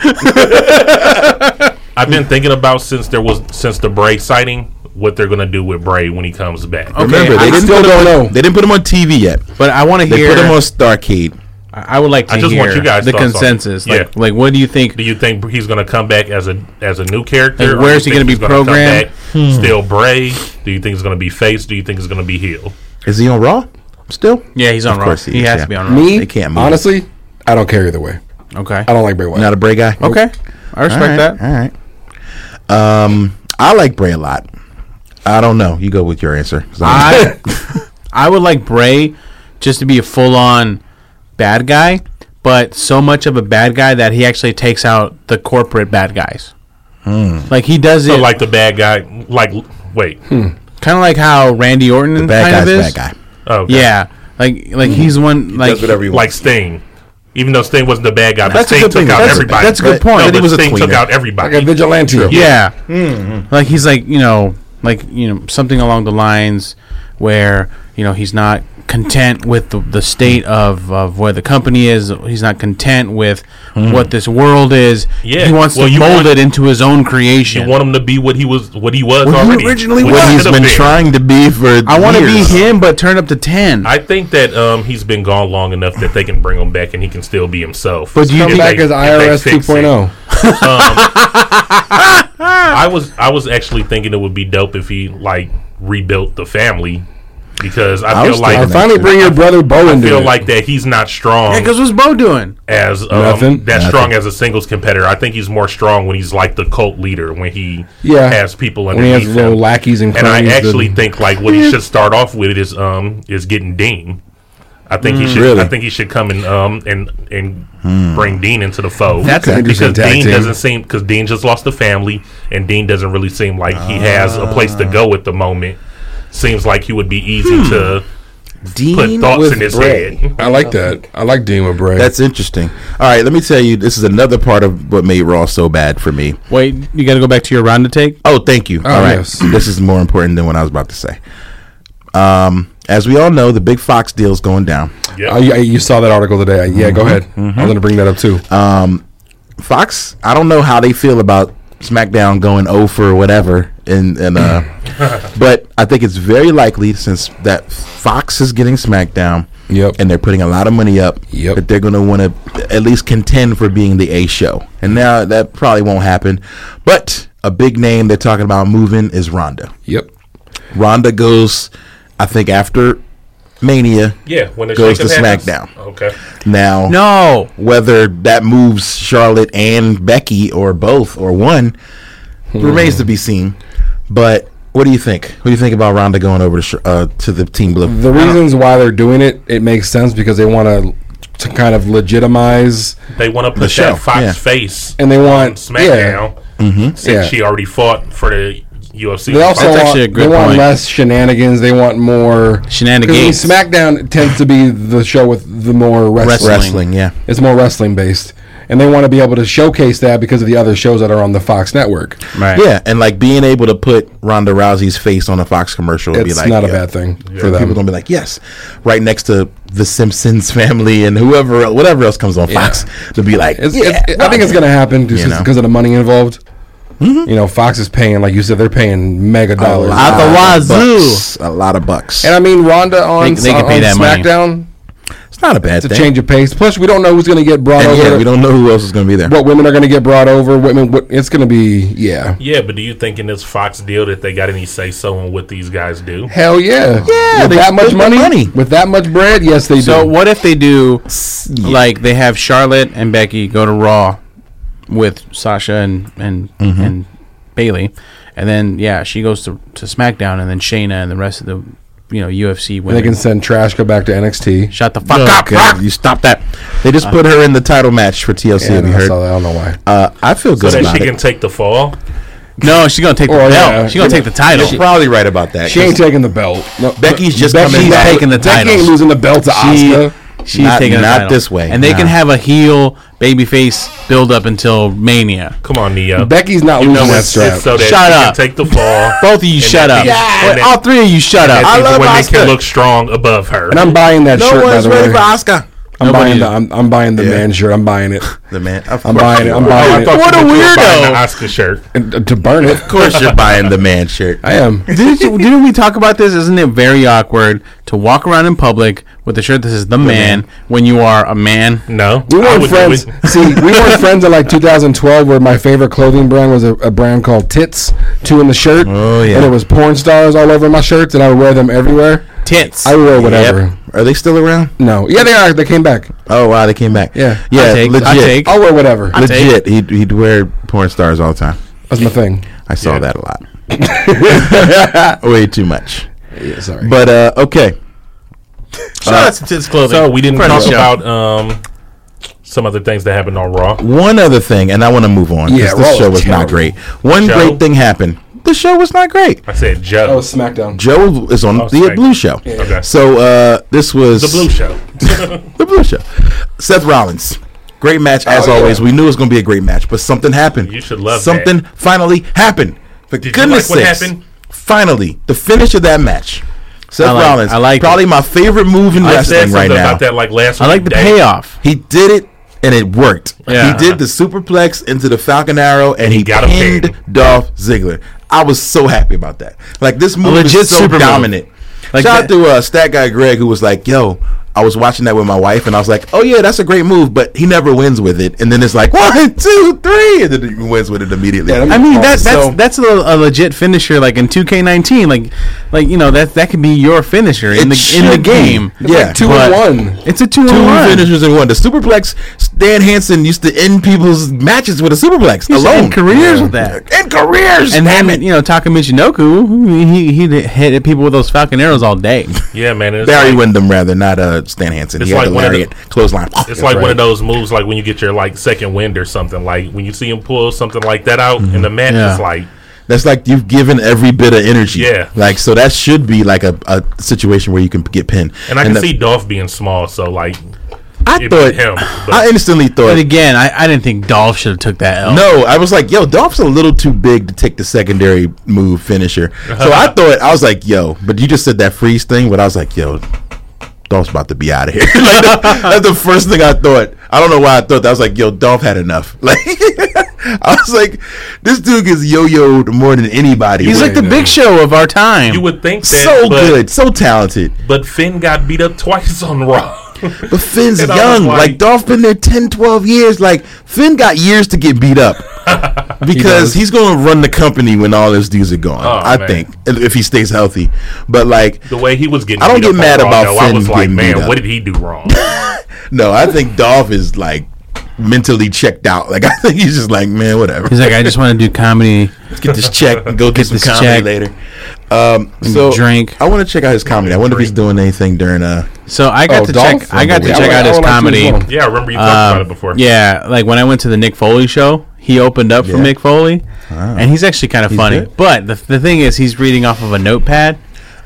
I've been thinking about since there was since the Bray sighting what they're gonna do with Bray when he comes back. Remember, I they didn't still put him don't on, know. They didn't put him on TV yet. But I want to They hear. put him on Starcade. I I would like to I just hear want you guys' the thoughts on it. consensus. Like, Yeah. like, what do you think? Do you think he's going to come back as a as a new character? Like, where Or do is he you think gonna he's gonna be come programmed? back Hmm. Still Bray? Do you think he's going to be face? Do you think he's going to be heel? Is he on Raw still? yeah, he's on Of Raw. course He, is, has yeah. to be on Raw. Me, They can't move. honestly, I don't care either way. Okay. I don't like Bray Wyatt. Not a Bray guy. Okay. I All respect right, that. All right. Um, I like Bray a lot. I don't know. You go with your answer. I I would like Bray just to be a full on bad guy, but so much of a bad guy that he actually takes out the corporate bad guys. Hmm. Like he does So it like the bad guy, like wait, kind of like how Randy Orton the bad kind of guy's is. bad guy. Hmm. oh Yeah, like like he's one like Does whatever he like wants. Sting. Even though Sting wasn't the bad guy, but That's a Sting good took thing. out That's a- everybody. that's a good No, point. but That he was a Sting took tweener. out like a everybody. vigilante. Yeah. Mm-hmm. Like he's like, you know, like, you know, something along the lines where, you know, he's not content with the, the state of, of where the company is. He's not content with what this world is. Mm-hmm. Yeah. He wants Well, to you want- mold it into his own You creation. want him to be what he was, what he was already. originally what what he he's should've been trying to be for. I want to be years. him, but turn up to 10. I think that um, he's been gone long enough that they can bring him back and he can still be himself. But do you If think- they- Back as if they IRS fix it. oh. 2.0. I was I was actually thinking it would be dope if he like rebuilt the family because I, was feel like thinking And that. I finally bring your brother Bo into feel it. like that he's not strong Because what's Bo doing? as um, Nothing. that strong as a singles competitor. I think he's more strong when he's like the cult leader when he Yeah. has people when he underneath has him. little lackeys and and cronies. I that- actually think like what he should start off with is um is getting Dean. I think he should. I think he should come and um and and bring Dean into the fold. That's an because interesting tag Dean team. doesn't seem because Dean just lost the family and Dean doesn't really seem like he has a place to go at the moment. Seems like he would be easy to put thoughts in his head. I like that. I like Dean with Bray. That's interesting. All right, let me tell you. This is another part of what made Raw so bad for me. Wait, you got to go back to your round to take? Oh, thank you. all right. yes. This is more important than what I was about to say. Um, as we all know, the big Fox deal is going down. Oh, yeah, you saw that article today. Yeah, go ahead. I'm going to bring that up too. Fox, I don't know how they feel about SmackDown going over or whatever, and and uh, but I think it's very likely since that Fox is getting SmackDown, Yep. and they're putting a lot of money up, Yep. that they're going to want to at least contend for being the A show, and now that probably won't happen, but a big name they're talking about moving is Ronda. yep. Ronda goes, I think after Mania, Yeah, when it Goes to happens. SmackDown. Okay, now No. whether that moves Charlotte and Becky or both or one Hmm. remains to be seen. But what do you think? What do you think about Ronda going over to Sh- uh, to the Team Blue? The reasons why they're doing it, it makes sense because they want to to kind of legitimize they want to put show, that Fox yeah. face and they on want Yeah. Um, SmackDown since Yeah. she already fought for the UFC. They also That's want, actually a good they want point. less shenanigans. They want more Shenanigans. Because, I mean, SmackDown tends to be the show with the more wrestling. Wrestling. Wrestling, yeah. It's more wrestling based, and they want to be able to showcase that because of the other shows that are on the Fox network. Right. Yeah, and like being able to put Ronda Rousey's face on a Fox commercial would be It's like not a yeah. bad thing for them. People gonna be like, yes, right next to the Simpsons family and whoever, el- whatever else comes on Fox, to be like, It's, yeah, it's, I think it's going to happen just know. because of the money involved. You know, Fox is paying, like you said, they're paying mega Mm-hmm. a dollars. lot of wazoo. bucks, a lot of bucks. And I mean, Ronda on, They- they could on pay that money. SmackDown, it's not a bad it's a thing. change of pace. Plus, we don't know who's going to get brought and over. yeah, we don't know who else is gonna be there. what women are going to get brought over. Women, what, it's going to be, yeah. Yeah, but do you think in this Fox deal that they got any say so on what these guys do? Hell yeah. Yeah, With they- they that much got money, money. With that much bread, yes, they So do. what if they do like they have Charlotte and Becky go to Raw with Sasha and and Mm-hmm. and Bailey, and then yeah she goes to to SmackDown and then Shayna and the rest of the you know UFC They women. can send Trashka back to NXT. Shut the fuck Oh, up! God, you stop that. They just put her in the title match for TLC. Yeah, have you I heard? saw that. I don't know why. Uh, I feel So good that about she it. can take the fall. No, she's gonna take the Oh, belt. yeah. She's gonna take the title. You're probably right about that. She ain't taking the belt. No, Becky's just Becky's coming back. taking the Becky titles. ain't losing the belt to She- Asuka. she's Not- taking the not title. this way. And they can Nah. have a heel babyface build up until Mania. Come on, Neo. Becky's not You know losing that it's, strap. it's so that Shut she can up. take the fall. Both of you shut up. Yeah. All three of you shut up. I love love when they Asuka. can look strong above her. and I'm buying that No shirt, by one's the ready way. for Oscar. I'm buying Nobody- the I'm, I'm buying the Yeah. man shirt. I'm buying it. The man. Of I'm course buying it. you I'm are. Oh, buying I it. thought What you a were buying weirdo. the Oscar shirt. And uh, to burn it. Of course, you're buying the man shirt. I am. Didn't, you, didn't we talk about this? Isn't it very awkward to walk around in public with a shirt that says "the man" when you are a man? No, We I weren't would do friends. it. See, we weren't friends in like 2012, where my favorite clothing brand was a, a brand called Tits, two in the shirt. Oh, yeah. And it was porn stars all over my shirts, and I would wear them everywhere. Tits. I would wear whatever. Yep. Are they still around? No, yeah, they are. They came back. Oh wow, they came back. Yeah. yeah, I take- legit. Oh, I take. I'll wear whatever. legit. He'd, he'd wear porn stars all the time. That's my thing. I saw Yeah. that a lot. Way too much. Yeah, sorry. But uh, okay, Shout out to Tits Clothing. So we didn't Friend of talk the show. about um, some other things that happened on Raw. one other thing, and I want to move on because Yeah, Raw this was show was terrible. not great. One Show? great thing happened. The show was not great. I said That Joe. was SmackDown. Joe is on Oh, the sorry. Blue Show. Okay. So uh, this was the Blue Show. The Blue Show. Seth Rollins. Great match as yeah. always. We knew it was going to be a great match, but something happened. You should love something finally happened. For Did you goodness like what sakes. happened? Finally, the finish of that match. Seth I like- Rollins. I like probably my favorite move in I said wrestling something right now. about that like last. I like the week, Dave. payoff. He did it and it worked. Yeah. He did the superplex into the Falcon Arrow and he, got a pinned pin. Dolph Ziggler. I was so happy about that. Like this move legit is so super move. dominant. Like Shout out that- to uh, stat guy Greg who was like, "Yo, I was watching that with my wife and I was like, "Oh yeah, that's a great move," but he never wins with it. And then it's like one, two, three, and then he wins with it immediately. Yeah, that I mean that that's So- that's a, a legit finisher like in 2K19 like like you know that that could be your finisher in It the in the should be. game. It's like Yeah. two But and one. It's a two, Two and one. finishers in one. The superplex. Dan Hansen used to end people's matches with a superplex Used to alone. end careers with that. End careers. And damn then it. you know Takamichinoku, he he he hit at people with those falcon arrows all day. Yeah, man. It's Barry like, Windham rather, not uh, Stan Hansen. It's He had like the one of the- lariat clothesline. It's like one of those moves, like when you get your like second wind or something. Like when you see him pull something like that out in the match, Yeah. it's like That's like you've given every bit of energy. Yeah. Like so that should be like a, a situation where you can get pinned. And I can the- see Dolph being small, so like I it thought beat him, but- I instantly But thought. again, I, I didn't think Dolph should have took that L. No, I was like, yo, Dolph's a little too big to take the secondary move finisher. So I thought, I was like, yo, but you just said that freeze thing, but I was like, yo, Dolph's about to be out of here. like, that- that's the first thing I thought. I don't know why I thought that. I was like, yo, Dolph had enough. Like, I was like, this dude gets yo yoed more than anybody. He's like the big show of our time. you would think that, so but, good, so talented. But Finn got beat up twice on Raw. But Finn's And I was young. like- Like, Dolph been there 10, 12 years. Like Finn got years to get beat up. because he's going to run the company when all his dudes are gone. Oh, I man. think if if he stays healthy. But like the way he was getting, I don't get beat up on mad Raw, about though, I Finn was like, getting beat man, up. what did he do wrong? no, I think Dolph is like mentally checked out. Like I think he's just like, man, whatever. He's like, I just want to do comedy. Let's get this check and go get, some this comedy check. later. Um, so drink. I want to check out his comedy. I wonder if he's doing anything during uh So I got Oh, to Dolph? check. I got to Yeah, I check would- out I his would like to comedy. Um, as well. yeah, I remember you talked about Um, it before. Yeah, like when I went to the Nick Foley show, he opened up for Yeah. Nick Foley, and he's actually kind of funny. good? But the, the thing is, he's reading off of a notepad.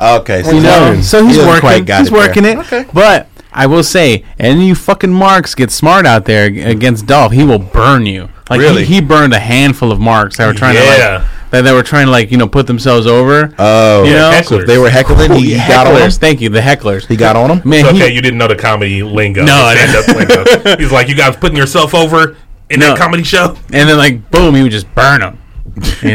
Okay, so, You know, learning. So he's He hasn't working. quite got he's it there. working it. But I will say, any of you fucking marks get smart out there ag- against Dolph, he will burn you. Like Really? he, he burned a handful of marks that were trying Yeah. to like that they were trying to like you know put themselves over. Oh, you know, hecklers. so if they were heckling. He, Oh, hecklers. got on him. Thank you, the hecklers. He got on him. Man, It's he- okay, you didn't know the comedy lingo. No, I the stand-up lingo. He's like, you guys putting yourself over in No. that comedy show. and then like boom, he would just burn him. You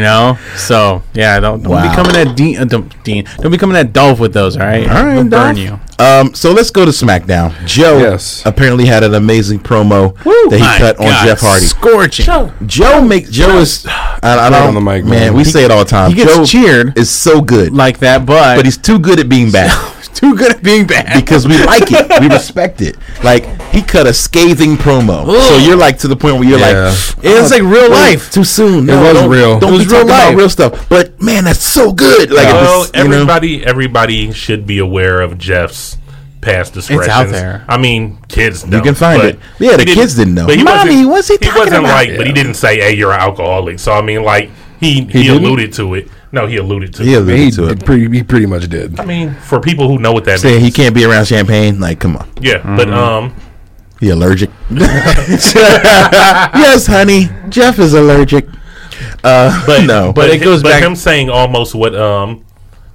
know, so yeah, don't, don't be Wow. coming at Dean. Uh, don't, Dean, don't be coming at Dolph with those. All right, all right, He'll burn Dolph. you. Um, so let's go to SmackDown. Joe Yes. apparently had an amazing promo that he Oh My cut on God, Jeff Hardy. scorching. Joe make Joe is I, I Right don't on the mic, man. man. We He- say it all the time. he gets Joe cheered. is so good, like that, but but he's too good at being bad too good at being bad. because we like it. We respect it. Like he cut a scathing promo, so you're like to the point where you're Yeah. like, It was like real life. Too soon. No, was don't- real. Don't It be was real talking about life. real stuff. But man, that's so good. Like it well, was, you know? everybody, everybody should be aware of Jeff's past discretions. there. I mean, kids. Know, can find but it. Yeah, the he didn't- kids didn't know. But he Mommy, wasn't, what's he talking wasn't about? like, but he didn't say, "Hey, you're an alcoholic." So I mean, like he he, didn't? alluded to it. No, he alluded to He it. alluded He, to it. did pretty, he pretty much did. I mean, for people who know what that Saying means, he can't be around champagne. Like, come on. yeah. But um, He allergic. yes, honey. Jeff is allergic. Uh, but no, but, it hi- goes but back- him saying almost what um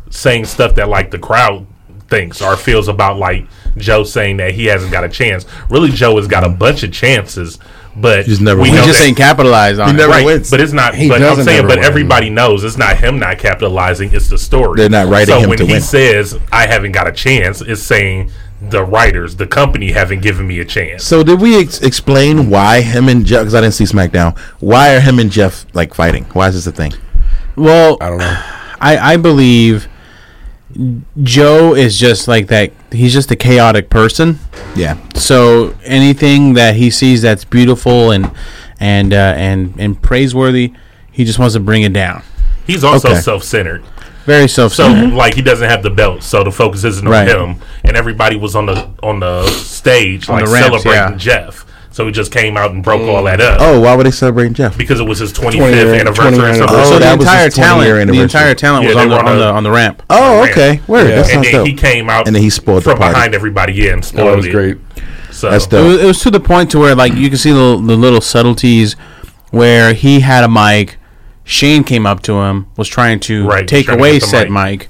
saying stuff that like the crowd thinks or feels about like Joe saying that he hasn't got a chance. Really, Joe has got a bunch of chances, but He's never we won. know He just that- ain't capitalized on it. never right, wins. But it's not. He but I'm doesn't saying, ever but win. everybody knows it's not him not capitalizing. It's the story. They're not writing So him when to he win. says I haven't got a chance, it's saying the writers, the company, haven't given me a chance. So did we ex- explain why him and Jeff? Because I didn't see SmackDown. Why are him and Jeff like fighting? Why is this a thing? Well, I don't know. I, believe Joe is just like that. He's just a chaotic person. Yeah, So anything that he sees that's beautiful and and uh, and and praiseworthy, he just wants to bring it down. He's also Okay. self-centered. Very self So Mm-hmm. centered. like he doesn't have the belt, so the focus isn't on Right. him. And everybody was on the on the stage like the ramps, celebrating yeah. Jeff. So he just came out and broke Mm. all that up. Oh, why were they celebrating Jeff? Because it was his 25th 20 anniversary or 20 something. Oh, so the that was his 20 year entire talent, the anniversary. entire talent Yeah, was they on the, were on on a- the on the ramp. Oh, Ran. okay. Word. Yeah. That and sounds then dope. he came out And then he spoiled the from party. behind everybody yeah, and spoiled That was it. great. So That's It dope. was, it was to the point to where like you can see the, the little subtleties where he had a mic, Shane came up to him, was trying to Right, take trying to away get the said mic. mic.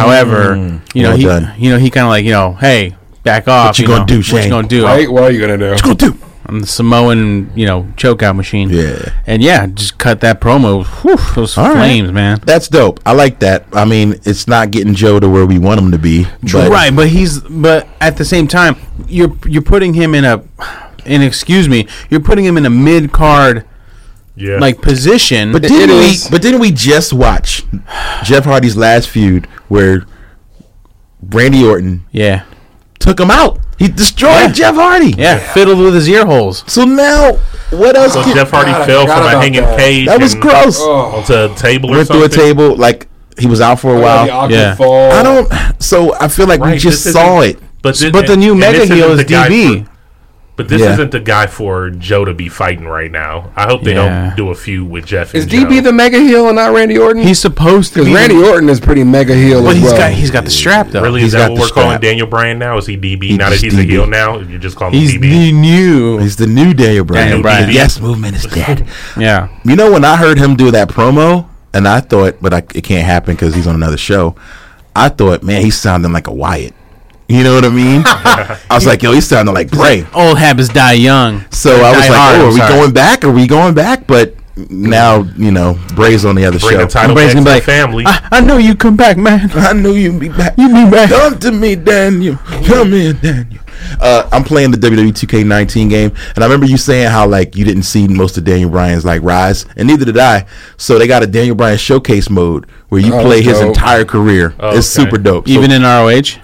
However, you know Well he done. you know he kind of like you know hey back off. you gonna know, do, What Shane? you gonna do? Right? What are you gonna do? Dude, I'm the Samoan you know chokeout machine. Yeah. and yeah, just cut that promo. Whew, those All right. flames, man. That's dope. I like that. I mean, it's not getting Joe to where we want him to be. But right, but he's but at the same time, you're you're putting him in a, and excuse me, you're putting him in a mid card yeah. like position. But It didn't we? is- But didn't we just watch Jeff Hardy's last feud where Randy Orton yeah, took him out? He destroyed Yeah. Jeff Hardy. yeah, fiddled with his ear holes. So now, what else? so can- Jeff Hardy God, I fell forgot from a about hanging that. Oh. cage that was and gross. onto a table or Went through Oh, something. Oh, a table. Like he was out for a Wow. The while. awkward Yeah. fall. I don't. So I feel like we Right, just this saw it. isn't- But, thi- But the and- new and mega this isn't heel the is guy DB. for- but this Yeah. isn't the guy for Joe to be fighting right now. I hope they Yeah. don't do a feud with Jeff. Is and DB Joe. the mega heel and not Randy Orton? He's supposed to because be, Randy Orton is pretty mega heel but as he's well. got he's got the strap though. really? He's Is got that what the we're calling strap. Daniel Bryan now? Is he DB He now that just he's a DB. heel now? You just call him he's DB. the new. He's the new Daniel Bryan. Daniel Bryan. The yes movement is dead. Yeah, You know, when I heard him do that promo, and I thought, but I, it can't happen because he's on another show. I thought, man, he's sounding like a Wyatt. You know what I mean? I was like, yo, he's sounding like Bray. old habits die young. So Or I was die like, hard, oh, I'm are we sorry. going back? Are we going back? But now, you know, Bray's on the other Bring the show. title Bray's back to gonna the be like, family. I, I know you come back, man. I knew you'd be back. You be back. Come to me, Daniel. Come in, Daniel. Uh, I'm playing the WWE 2K19 game, and I remember you saying how like you didn't see most of Daniel Bryan's like rise, and neither did I. So they got a Daniel Bryan showcase mode where you Oh, play his dope. entire career. It's okay. super dope. So, Even in ROH,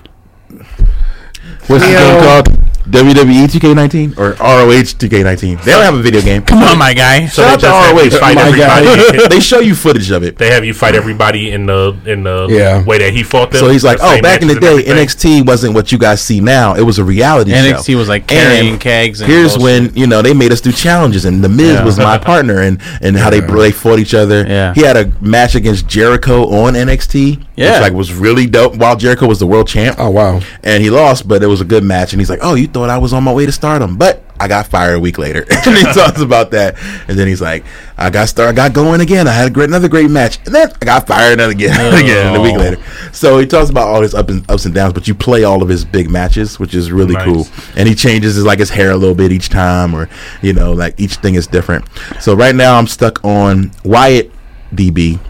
what's the game called? E WWE 2K19 or ROH 2K19? They don't have a video game. come on, my guy. so they Shout just out have to you ROH. fight My God. everybody. they show you footage of it. they have you fight everybody in the in the Yeah. way that he fought them. So he's like, The oh, same back in the matches day, and everything. NXT wasn't what you guys see now. It was a reality show. NXT was like carrying kegs and here's bullshit. when you know they made us do challenges, and the Miz was my partner, and and how they they fought each other. Yeah. he had a match against Jericho on NXT. Yeah. which, like was really dope. While Jericho was the world champ. Oh wow. And he lost, but it was a good match. And he's like, "Oh, you thought I was on my way to stardom, but I got fired a week later." and he talks about that. And then he's like, "I got star, I got going again. I had a great, another great match, and then I got fired another again, again a week later." So he talks about all his ups and ups and downs, but you play all of his big matches, which is really Nice. cool. And he changes his like his hair a little bit each time, or you know, like each thing is different. So right now I'm stuck on Wyatt DB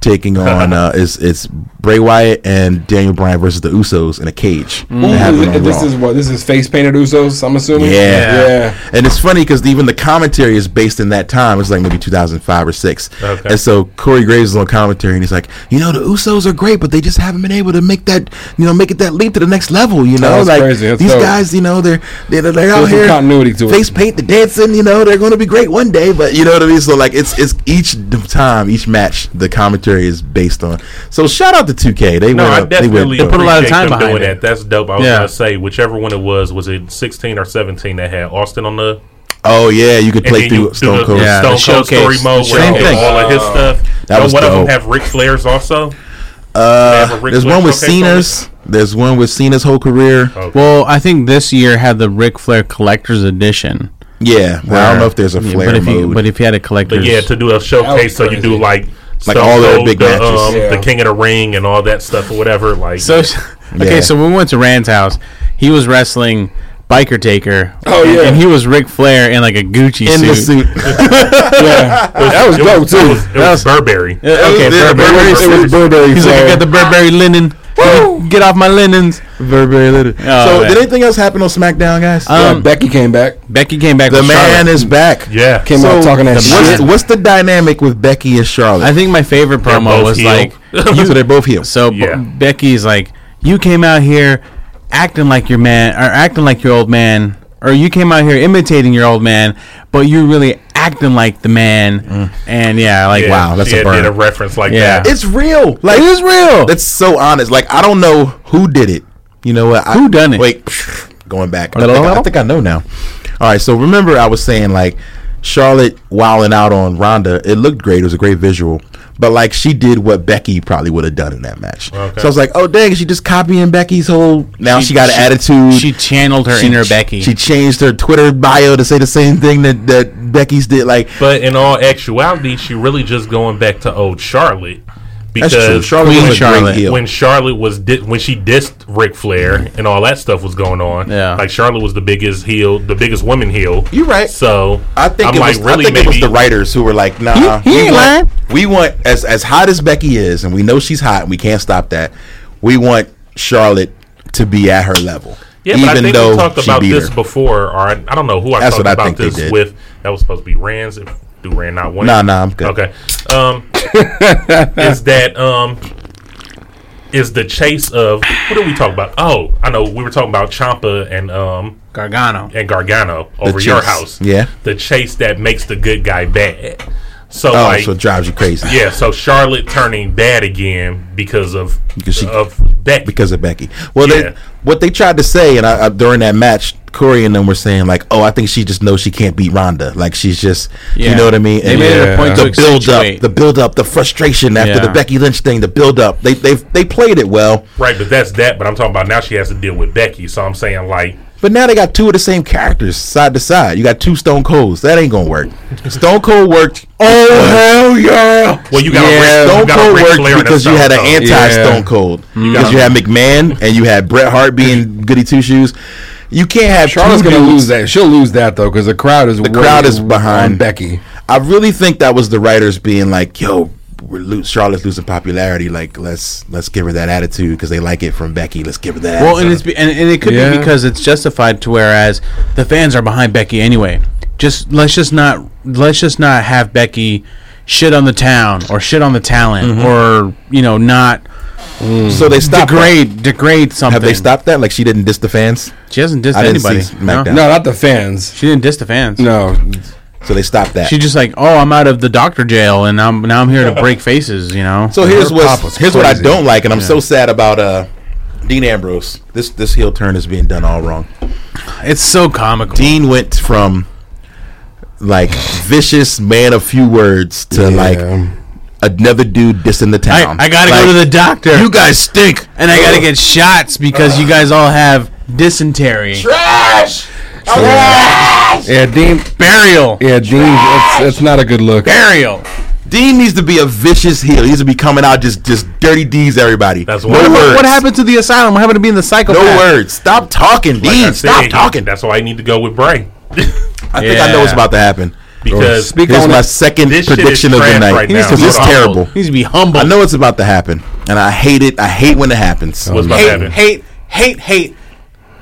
taking on uh, is it's Bray Wyatt and Daniel Bryan versus the Usos in a cage. That happened on this Raw. is what this is face painted Usos. I'm assuming. yeah. Yeah. and it's funny because even the commentary is based in that time. It's like maybe 2005 or six. Okay. And so Corey Graves is on commentary, and he's like, you know, the Usos are great, but they just haven't been able to make that, you know, make it that leap to the next level. You know, that's like crazy. That's these dope. guys, you know, they're they're, they're out There's some here continuity to it. face paint the dancing. You know, they're going to be great one day, but you know what I mean. So like, it's it's each time, each match, the commentary is based on. So shout out to 2K. They No, went I up, they definitely went, put a lot of appreciate time them behind doing that. it. That's dope. I was Yeah. gonna say whichever one it was, was it sixteen or seventeen that had Austin on the Oh yeah, you could and play then you through do Stone the Cold. Yeah. Stone Cold story showcase. mode The where same they thing. had all of his stuff. That Don't was one of them dope. have Ric Flair's also. They Uh, have a Ric there's Flair one with showcase on Cena's. There's one with Cena's whole career. Well, I think this year had the Ric Flair Collector's Edition. Yeah, well, I don't know if there's a Yeah, Flair but if mode. You, but if you had a collector's, But yeah, to do a showcase, so you crazy. do like Like all their big the, matches. um, Yeah. the King of the Ring, and all that stuff or whatever. Like so Okay, Yeah. so when we went to Rand's house, he was wrestling Biker Taker. Oh, and, yeah. and he was Ric Flair in like a Gucci in suit. the suit. yeah, that was it dope was, too. It was, it was Burberry. Uh, Okay, It was- it was Burberry. Burberry suit. suit. It was Burberry. He's like, I Flair. got the Burberry linen. Get off my linens. Burberry little. so, Oh, man. did anything else happen on SmackDown, guys? Yeah, Um, Uh, Becky came back, Becky came back. the with man Charlotte. is back. Yeah. came out talking that What's, shit. what's the dynamic with Becky and Charlotte? I think my favorite promo both was heel. like so they're both heels. So B- Yeah. Becky's like, you came out here acting like your man, or acting like your old man, or you came out here imitating your old man, but you're really acting like the man. Mm. And yeah, like Yeah, wow, that's she a had burn. did a reference like Yeah. that. It's real. Like it is real. That's so honest. Like I don't know who did it. You know what? I, Who done it? Wait, going back. I think, I think I know now. All right. So remember, I was saying like Charlotte wilding out on Ronda. It looked great. It was a great visual. But like she did what Becky probably would have done in that match. Okay. So I was like, oh dang, is she just copying Becky's whole. Now she, got an attitude. She channeled her She- inner she- Becky. She changed her Twitter bio to say the same thing that, that Becky's did. Like But in all actuality, she really just going back to old Charlotte that's true. because Charlotte Queen was a Charlotte. great heel. when Charlotte was di- when she dissed Ric Flair and all that stuff was going on. Yeah. like Charlotte was the biggest heel, the biggest woman heel. You right. So I think I'm it like, was. really I think it was maybe- the writers who were like, "Nah, He- he we ain't want- lying. We want as as hot as Becky is, and we know she's hot, and we can't stop that. We want Charlotte to be at her level, Yeah, but I think we talked about this before, or I, I don't know who I That's talked what I about think they this did. with. That was supposed to be Rand's. If do Rand not win? Nah, nah, I'm good. Okay. Um, is that um, is the chase of what did we talk about? Oh, I know we were talking about Champa and um Gargano. and Gargano over chase. your house. Yeah. the chase that makes the good guy bad. So Oh, like, so it drives you crazy. yeah, so Charlotte turning bad again because of Because she- of Becky. because of Becky. Well, Yeah. they, what they tried to say, and I, I, during that match, Corey and them were saying like, "Oh, I think she just knows she can't beat Ronda. Like she's just, Yeah. you know what I mean." They made it a point to the build accentuate. up, the build up, the frustration after Yeah. the Becky Lynch thing, the build up. They they they played it well, Right, but that's that. But I'm talking about now she has to deal with Becky. So I'm saying like, but now they got two of the same characters side to side. You got two Stone Colds. That ain't gonna work. Stone Cold worked. oh hell yeah! well, you got a Yeah, Ric- you Stone got a Cold Ric Flair worked and a because you Stone had an Cold. anti Stone Cold. Because you had McMahon and you had Bret Hart being goody two shoes. You can't have Charlotte's two gonna dudes- lose that. She'll lose that though because the crowd is the crowd is behind. Becky. I really think that was the writers being like, "Yo, we're lo- Charlotte's losing popularity. Like, let's let's give her that attitude because they like it from Becky. Let's give her that." Well, and attitude. it's be, and, and it could Yeah. be because it's justified to whereas the fans are behind Becky anyway. Just let's just not let's just not have Becky shit on the town or shit on the talent Mm-hmm. or you know not so they stopped. that. degrade degrade something. Have they stopped that? Like, she didn't diss the fans, She hasn't dissed I didn't anybody. see no? SmackDown. No, not the fans. She didn't diss the fans. No, so they stopped that. She just like, oh, I'm out of the doctor jail, and I'm now I'm here to break faces. You know. So here's her what pop was here's what I crazy. don't like, and I'm so sad about uh, Dean Ambrose. This this heel turn is being done all wrong. it's so comical. Dean went from like vicious man of few words to Yeah. like another dude dissing the I, town. I gotta Like, go to the doctor. You guys stink. and I gotta get shots because you guys all have dysentery. yeah, Dean. Burial. Yeah, Dean. It's, it's not a good look. Burial. Dean needs to be a vicious heel. He needs to be coming out just just dirty D's everybody. That's no why- words. What- What happened to the asylum? What happened to being the No psychopath? words. Stop talking, Like I Dean. Stop said, talking. That's why I need to go with Bray I think I know what's about to happen. because Speak Here's on my it. second This shit is prediction of the trash night. right now. This He needs is to be humbled. terrible. He needs to be humble. I know it's about to happen, and I hate it. I hate when it happens. what's about to happen. hate, hate, hate,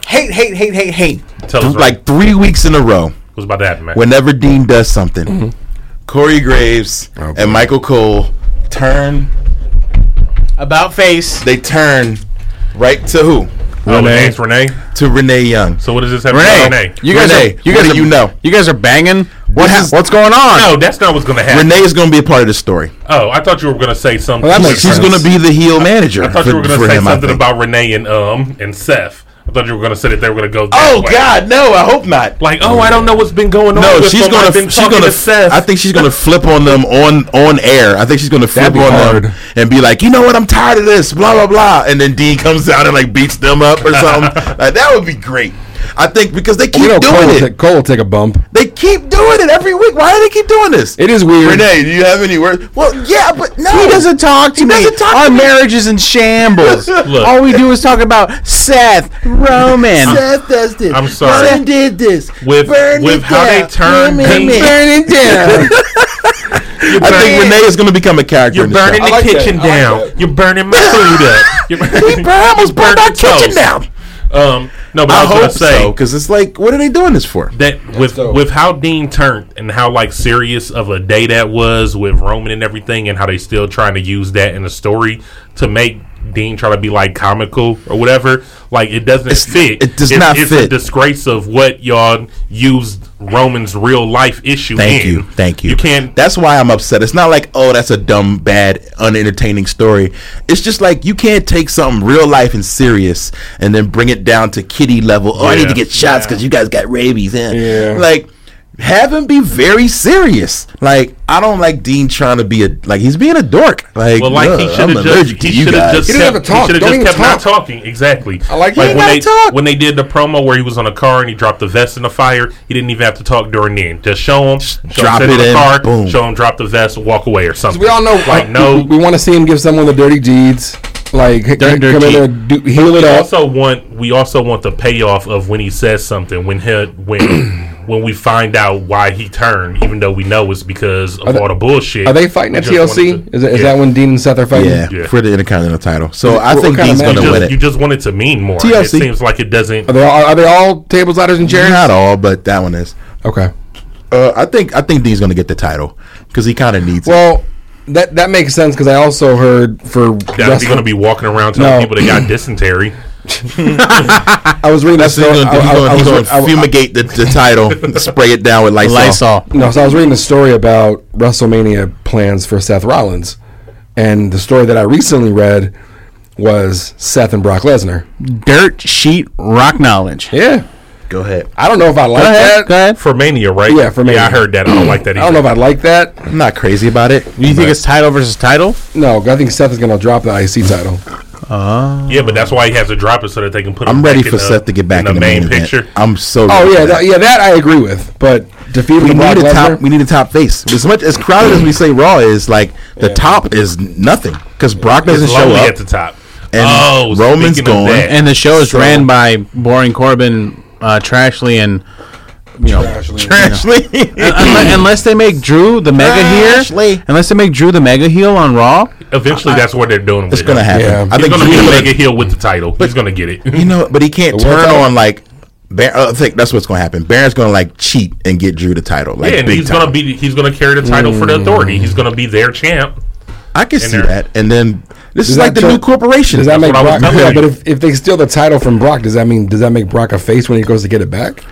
hate, hate, hate, hate, hate. Tell us like like three weeks in a row. what's about to happen, man. Whenever Dean does something, Corey Graves Oh, and Michael Cole turn. About face. They turn right to who? oh, Renee. Renee. To Renee Young. So what does this have Renee, to do with Renee? you guys Renee, are, you what guys do are, you know? You guys are banging. What This ha- is- what's going on? no, that's not what's going to happen. Renee is going to be a part of this story. Oh, I thought you were going to say something. that makes She's sense. going to be the heel manager. I thought you were going to say I something think. about Renee and um and Seth. I thought you were going to say that they were going to go. that Oh way. God, no! I hope not. Like oh, I don't know what's been going on. No, with she's them. gonna I've been she's talking gonna to Seth. I think she's gonna flip on them on on air. I think she's gonna flip That'd be on them hard. and be like, you know what, I'm tired of this, blah blah blah. And then Dean comes out and like beats them up or something. like that would be great. I think because they keep You know, doing Cole, will it. ta- Cole will take a bump. they keep doing it every week? Why do they keep doing this? It is weird. Renee, do you have any words? well, yeah, but no. He doesn't talk to He me. doesn't talk Our to me. marriage is in shambles. Look. All we do is talk about Seth, Roman. Seth does this. I'm sorry. Roman did this. With- with how they turn people- Burn it down. I think burning- Renee is going to become a character. You're in this burning show. the kitchen down. You're burning my food up. You're We bur- almost burned our kitchen down. Um, no, but I, I was gonna hope say so, because it's like, what are they doing this for? that with dope. with how Dean turned and how like serious of a day that was with Roman and everything, and how they still trying to use that in the story to make Dean try to be like comical or whatever. Like it doesn't fit. it does not it's fit. a disgrace of what y'all used Roman's real life issue. Thank in. you, thank you. You can't. That's why I'm upset. It's not like, oh, that's a dumb, bad, unentertaining story. It's just like you can't take something real life and serious and then bring it down to kitty level. Oh, I need Yeah. to get shots because you guys got rabies. eh. Yeah. Like, have him be very serious. Like, I don't like Dean trying to be a like he's being a dork. Like, Well, like he "Ugh, should I'm have just allergic to he you should have guys. just He didn't have kept, to talk. he should Don't have just even kept not talk. talking. Exactly. I like that. He when ain't they gotta talk. when they did the promo where he was on the car and he dropped the vest in the fire. He didn't even have to talk during the end. Just show him, show drop him sit it in the in, car, boom. show him drop the vest, walk away or something. We all know, like, like, no. we, want to see him give someone the dirty deeds, like come dirty in there, deed. do, heal it we up. also want we also want the payoff of when he says something when he when when we find out why he turned, even though we know it's because of they- all the bullshit. Are they fighting We at just TLC? wanted to- Is, that is Yeah. that when Dean and Seth are fighting? yeah, Yeah. for the Intercontinental title. So I What- think what kind of Dean's match? gonna You win just, you it. just want it to mean more. It TLC. seems like it doesn't. Are they all, are they all tables, ladders, and chairs? Not all, but that one is. Okay. Uh, I think I think Dean's gonna get the title because he kind of needs it. Well, that that makes sense because I also heard for That wrestling- going to be walking around telling No. people they got dysentery. I was reading a So story. he's I, gonna, do- he's I- I gonna- he's was gonna re- I- I- fumigate the, the title, spray it down with Lysol. Lysol. No, so I was reading a story about WrestleMania plans for Seth Rollins, and the story that I recently read was Seth and Brock Lesnar. Dirt sheet rock knowledge. Yeah, Go ahead. I don't know if I like Go ahead. that. Go ahead. For Mania, right? Yeah, for Yeah, I Mania. heard that. I don't like that I either. don't know if I like that. I'm not crazy about it. You think it's title versus title? No, I think Seth is going to drop the IC title. yeah, but that's why he has to drop it so that they can put him I'm back ready in for the- Seth to get back in the, main, event. picture. I'm so. Oh ready yeah, for that, yeah, that I agree with. But defeating We Brock need a top. We Lesnar, need a top face. As much as crowded as we say Raw is, like the top is nothing because Brock doesn't It's show lonely up. at the top. Oh, and Roman's speaking of gone, that, And the show is So- ran by Boring Corbin, uh, Trashley, and you know, Trashley. unless, unless they make Drew the mega heel, Trashley. unless they make Drew the mega heel on Raw, eventually that's what they're doing. it's gonna happen. Yeah. I He's think gonna be Drew the gonna- mega heel with the title. He's gonna get it. You know, but he can't The world turn title? on like. Bar- uh, I think that's what's gonna happen. Baron's gonna like cheat and get Drew the title. Like, yeah, and big Mm. he's time. gonna be he's gonna carry the title for the authority. He's gonna be their champ. I can see there. that. And then this is that like the turn- new corporation. does that make what I was Brock? telling Yeah, you. but if, if they steal the title from Brock, does that mean does that make Brock a face when he goes to get it back?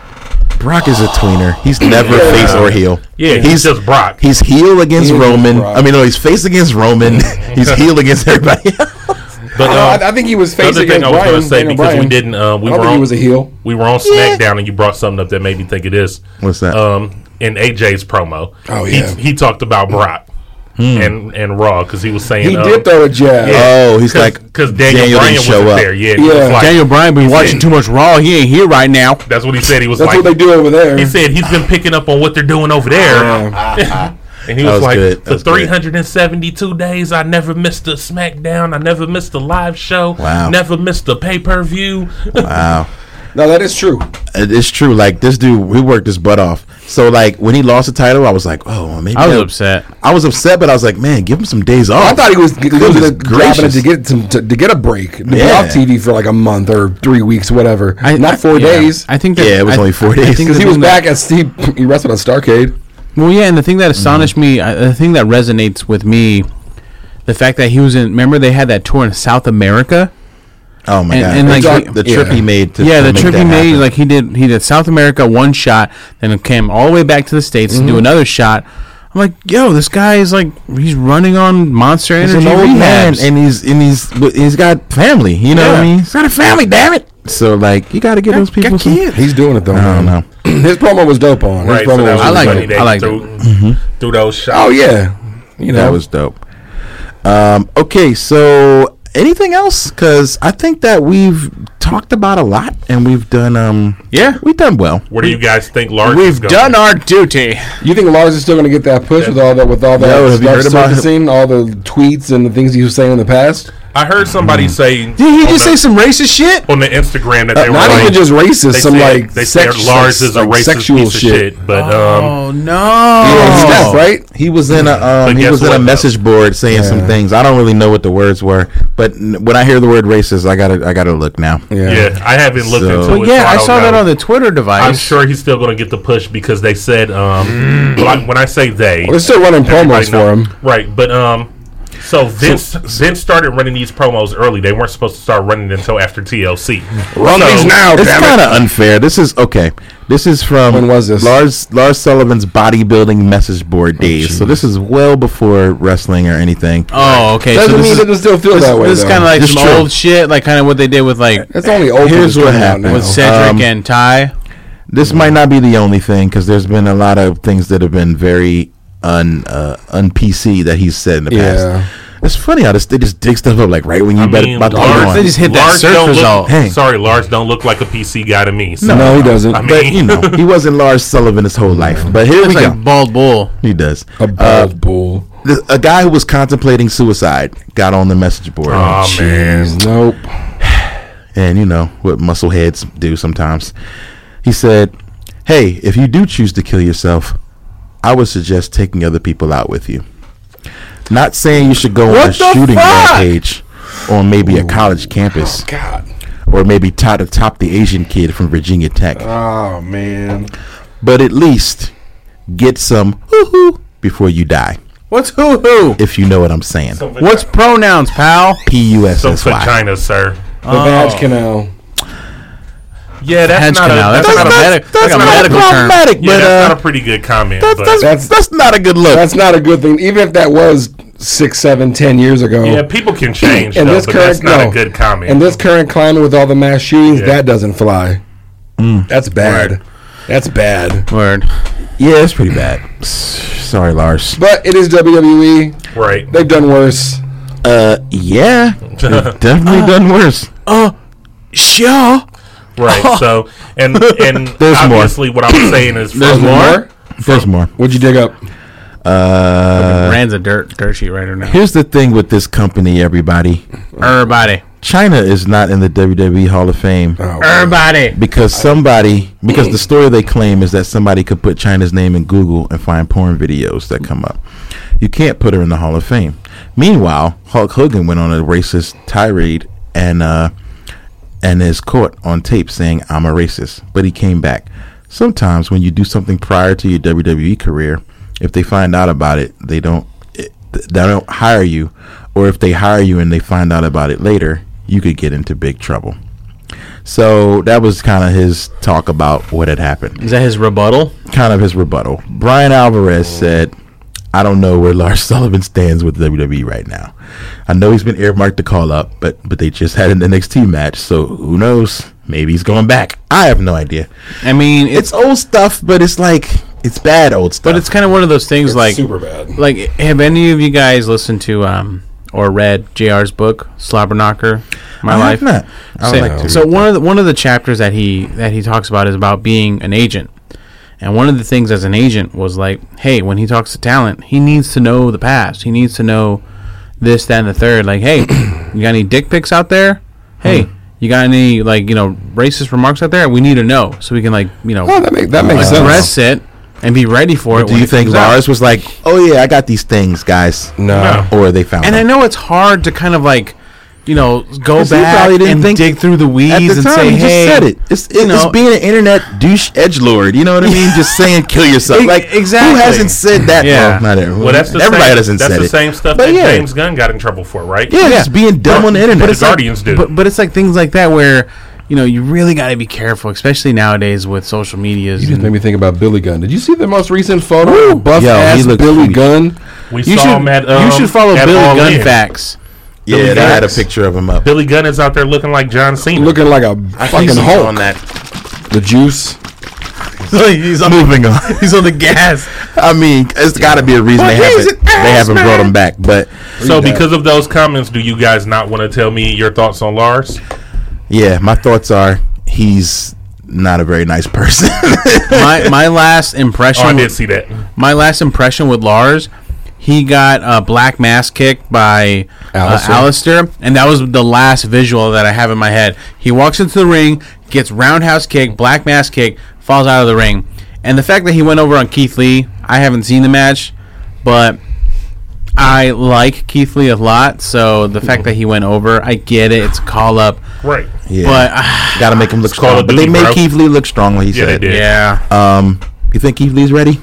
Brock is a tweener. He's never face or heel. Yeah, he's just Brock. He's heel against Heel against Roman. Brock. I mean, no, he's face against Roman. he's heel against everybody. But No, um, I, I think he was facing another thing I was Brian, gonna say Daniel because we Bryan. didn't uh, we I were don't think on he was a heel. we were on SmackDown and you brought something up that made me think it is. What's that? Um, in AJ's promo, Oh, he- yeah. he, talked Hmm. about Brock and and Raw because he was saying He um, did throw a jab. Oh, he's like because Daniel, Bryan didn't show wasn't up. there. Yeah, Yeah. yeah. Daniel Bryan been watching too much Raw. He ain't here right now. That's what he said. He was That's what like, they do over there. he said he's been picking up on what they're doing over there. And he That was, was like, good. That for was good. 372 days, I never missed a SmackDown. I never missed a live show. Wow. Never missed a pay per view. Wow, no, that is true. It- it's true. Like this dude, he worked his butt off. So like when he lost the title, I was like, oh, maybe I was that- upset. I was upset, but I was like, man, give him some days off. I thought he was Goodness literally grabbing it gracious. to get some, to, to get a break, to be Yeah. off TV for like a month or three weeks, whatever. I, Not I- four yeah. days. I think that, Yeah, it was I- only four I days. think because the he was thing that- back at Steve. He wrestled at Starcade. Well, yeah, and the thing that astonished me, I- the thing that resonates with me, the fact that he was in. Remember, they had that tour in South America. oh my and- god, and, like, the, the we- trip yeah. he made. To, yeah, to the make trip that he made, happen. like he did, he did South America one shot, then it came all the way back to the states to do another shot. I'm like, yo, this guy is like, he's running on Monster He's Energy an old man, rehabs. and he's and he's but he's got family. You know what I Yeah. mean? He's got a family. Damn it! So like, you got to give those people some. He's doing it though. I don't know. His promo was dope on. His right. promo So that was was I like funny it. that I he like threw, threw those shots. Oh yeah, you know That was dope. Um, okay, so anything else? Because I think that we've talked about a lot, and we've done. Um, Yeah. we've done well. Where do you guys think Lark? We've done our duty. You think Lars is still going to get that push with all that? With all that No, have you stuff heard about him? surfacing, all the tweets and the things he was saying in the past? I heard somebody say. Did Did he just say the, some racist shit? Mm-hmm. on the Instagram that they were Uh, Not like, even just racist, they some said, like they sex, said Lars is a like racist sexual piece of shit, shit. but um, Oh no! Yeah, Steph, right? Oh, He was in a um, he guess was in what, a though? message board saying some Yeah. things. I don't really know what the words were, but n- when I hear the word racist, I gotta I gotta look now. yeah, I haven't looked So- into Well, it. But yeah, so I don't saw that know. on the Twitter device. I'm sure he's still going to get the push because they said um, like, when I say they, They're still running everybody promos for know- him. right? But um, so Vince Vince started running these promos early. They weren't supposed to start running until after TLC. Run these now, It's damn it. kind of unfair. This is okay. This is from When was this? Oh, Lars Lars Sullivan's bodybuilding message board days. so this is well before wrestling or anything. oh, okay. Doesn't so this mean is, that it still feels this, that way. this is though. kind of like It's some true. old shit, like kind of what they did with like that's only old. Here's people's what coming out happened. now. with Cedric Um, and Ty. This might not be the only thing because there's been a lot of things that have been very un uh, un PC that he's said in the Yeah. past. It's funny how this, they just dig stuff up like right when you I bet mean, about to Lars- go on. They just hit that Lars search don't look- result. Hey. Sorry, Lars don't look like a PC guy to me. So. Uh, no, he doesn't. I mean, but you know, he wasn't Lars Sullivan his whole life. But here we It's go. like bald bull. He does. a A, bald bull. a guy who was contemplating suicide got on the message board, Oh man, Jeez, nope. and you know what muscle heads do sometimes. He said, "Hey, if you do choose to kill yourself, I would suggest taking other people out with you. Not saying you should go on a shooting rampage on maybe a oh college campus, God. or maybe try to top the Asian kid from Virginia Tech." Uh. Oh man. but at least get some hoo hoo before you die, What's hoo hoo? if you know what I'm saying. What's pronouns, pal? P U S some S Y. vagina, sir. The badge canal. Yeah, that's Hedge not canal. a That's, that's not, not a- a, medic- That's like a not medical term. problematic, yeah, but that's uh, not a pretty good comment. but that's, that's That's- that's not a good look. That's not a good thing. Even if that was six, seven, ten years ago. yeah, people can change. in though, this but current that's not no. a good comment. In this current climate with all the mass shootings, Yeah. that doesn't fly. That's bad. Right. That's bad. Word. yeah, it's pretty bad. S- Sorry, Lars. But it is WWE. right. They've done worse. Uh, yeah, they've definitely done worse. Sure. Right. So and and There's more. obviously what I'm saying is There's from- more. There's more. What'd you dig up? Uh, Rand's a dirt dirt sheet writer now. here's the thing with this company, everybody. Everybody. China is not in the WWE Hall of Fame. Everybody. Because somebody, because the story they claim is that somebody could put China's name in Google and find porn videos that come up. You can't put her in the Hall of Fame. Meanwhile, Hulk Hogan went on a racist tirade and uh, and is caught on tape saying I'm a racist, but he came back. Sometimes when you do something prior to your WWE career, if they find out about it, they don't it- they don't hire you, or if they hire you and they find out about it later, you could get into big trouble. So that was kind of his talk about what had happened. Is that his rebuttal? Kind of his rebuttal. Brian Alvarez said, I don't know where Lars Sullivan stands with WWE right now. I know he's been earmarked to call up, but but they just had an NXT match, so who knows? Maybe he's going back. I have no idea. I mean, It's it's old stuff, but it's like it's bad old stuff. but it's kind of one of those things like super bad. Like, have any of you guys listened to um or read Jr's book Slobberknocker? My I life. have not. I would Say- like to so one of the, one of the chapters that he that he talks about is about being an agent. And one of the things as an agent was like, hey, when he talks to talent, he needs to know the past. He needs to know this, that, and the third. Like, hey, you got any dick pics out there? Hey, you got any like you know racist remarks out there? We need to know so we can like you know Oh, that, make, that makes sense. address it and be ready for it. Uh, Do when you it think comes out. Lars was like, "Oh yeah, I got these things, guys," No. or they found? And I them? know it's hard to kind of like, you know, go 'Cause he back probably didn't and think- dig through the at weeds the and time, say, he "Hey, just said it. It's, it, you know, it's being an internet douche edge lord. You know what I mean? just saying, kill yourself. E- Like exactly. Who hasn't said that? Yeah. Well, not everyone. Well, that's the Everybody same, hasn't That's said the it. same stuff But that yeah. James Gunn got in trouble for, right? Yeah, Yeah. just being dumb on the internet. But It's the Guardians do. But but it's like things like that where you know you really got to be careful, especially nowadays with social medias. Just and- made me think about Billy Gunn. Did you see the most recent photo? of Buff Yo, he ass looked Billy sweet. Gunn. we you saw should him at um, you should follow at Billy All Gun In. facts. yeah, they Gunn. had a picture of him up. Billy Gunn is out there looking like John Cena. Looking like a fucking Oh. Hulk. on that. The juice. he's moving on. He's on the gas. I mean, it's got to be a reason they he's haven't an ass they haven't brought him back. But so, because of those comments, do you guys not want to tell me your thoughts on Lars? yeah, my thoughts are he's not a very nice person. my my last impression. Oh, I did see that. My last impression with Lars, he got a black mask kick by uh, Alistair. Alistair, and that was the last visual that I have in my head. He walks into the ring, gets roundhouse kick, black mask kick, falls out of the ring, and the fact that he went over on Keith Lee, I haven't seen the match, but. I like Keith Lee a lot, so the fact that he went over, I get it. It's a call up, Right. yeah, but ah, got to make him look Call strong. it But the they D, made bro. Keith Lee look strong. He Yeah, they said, did. yeah, Um, you think Keith Lee's ready?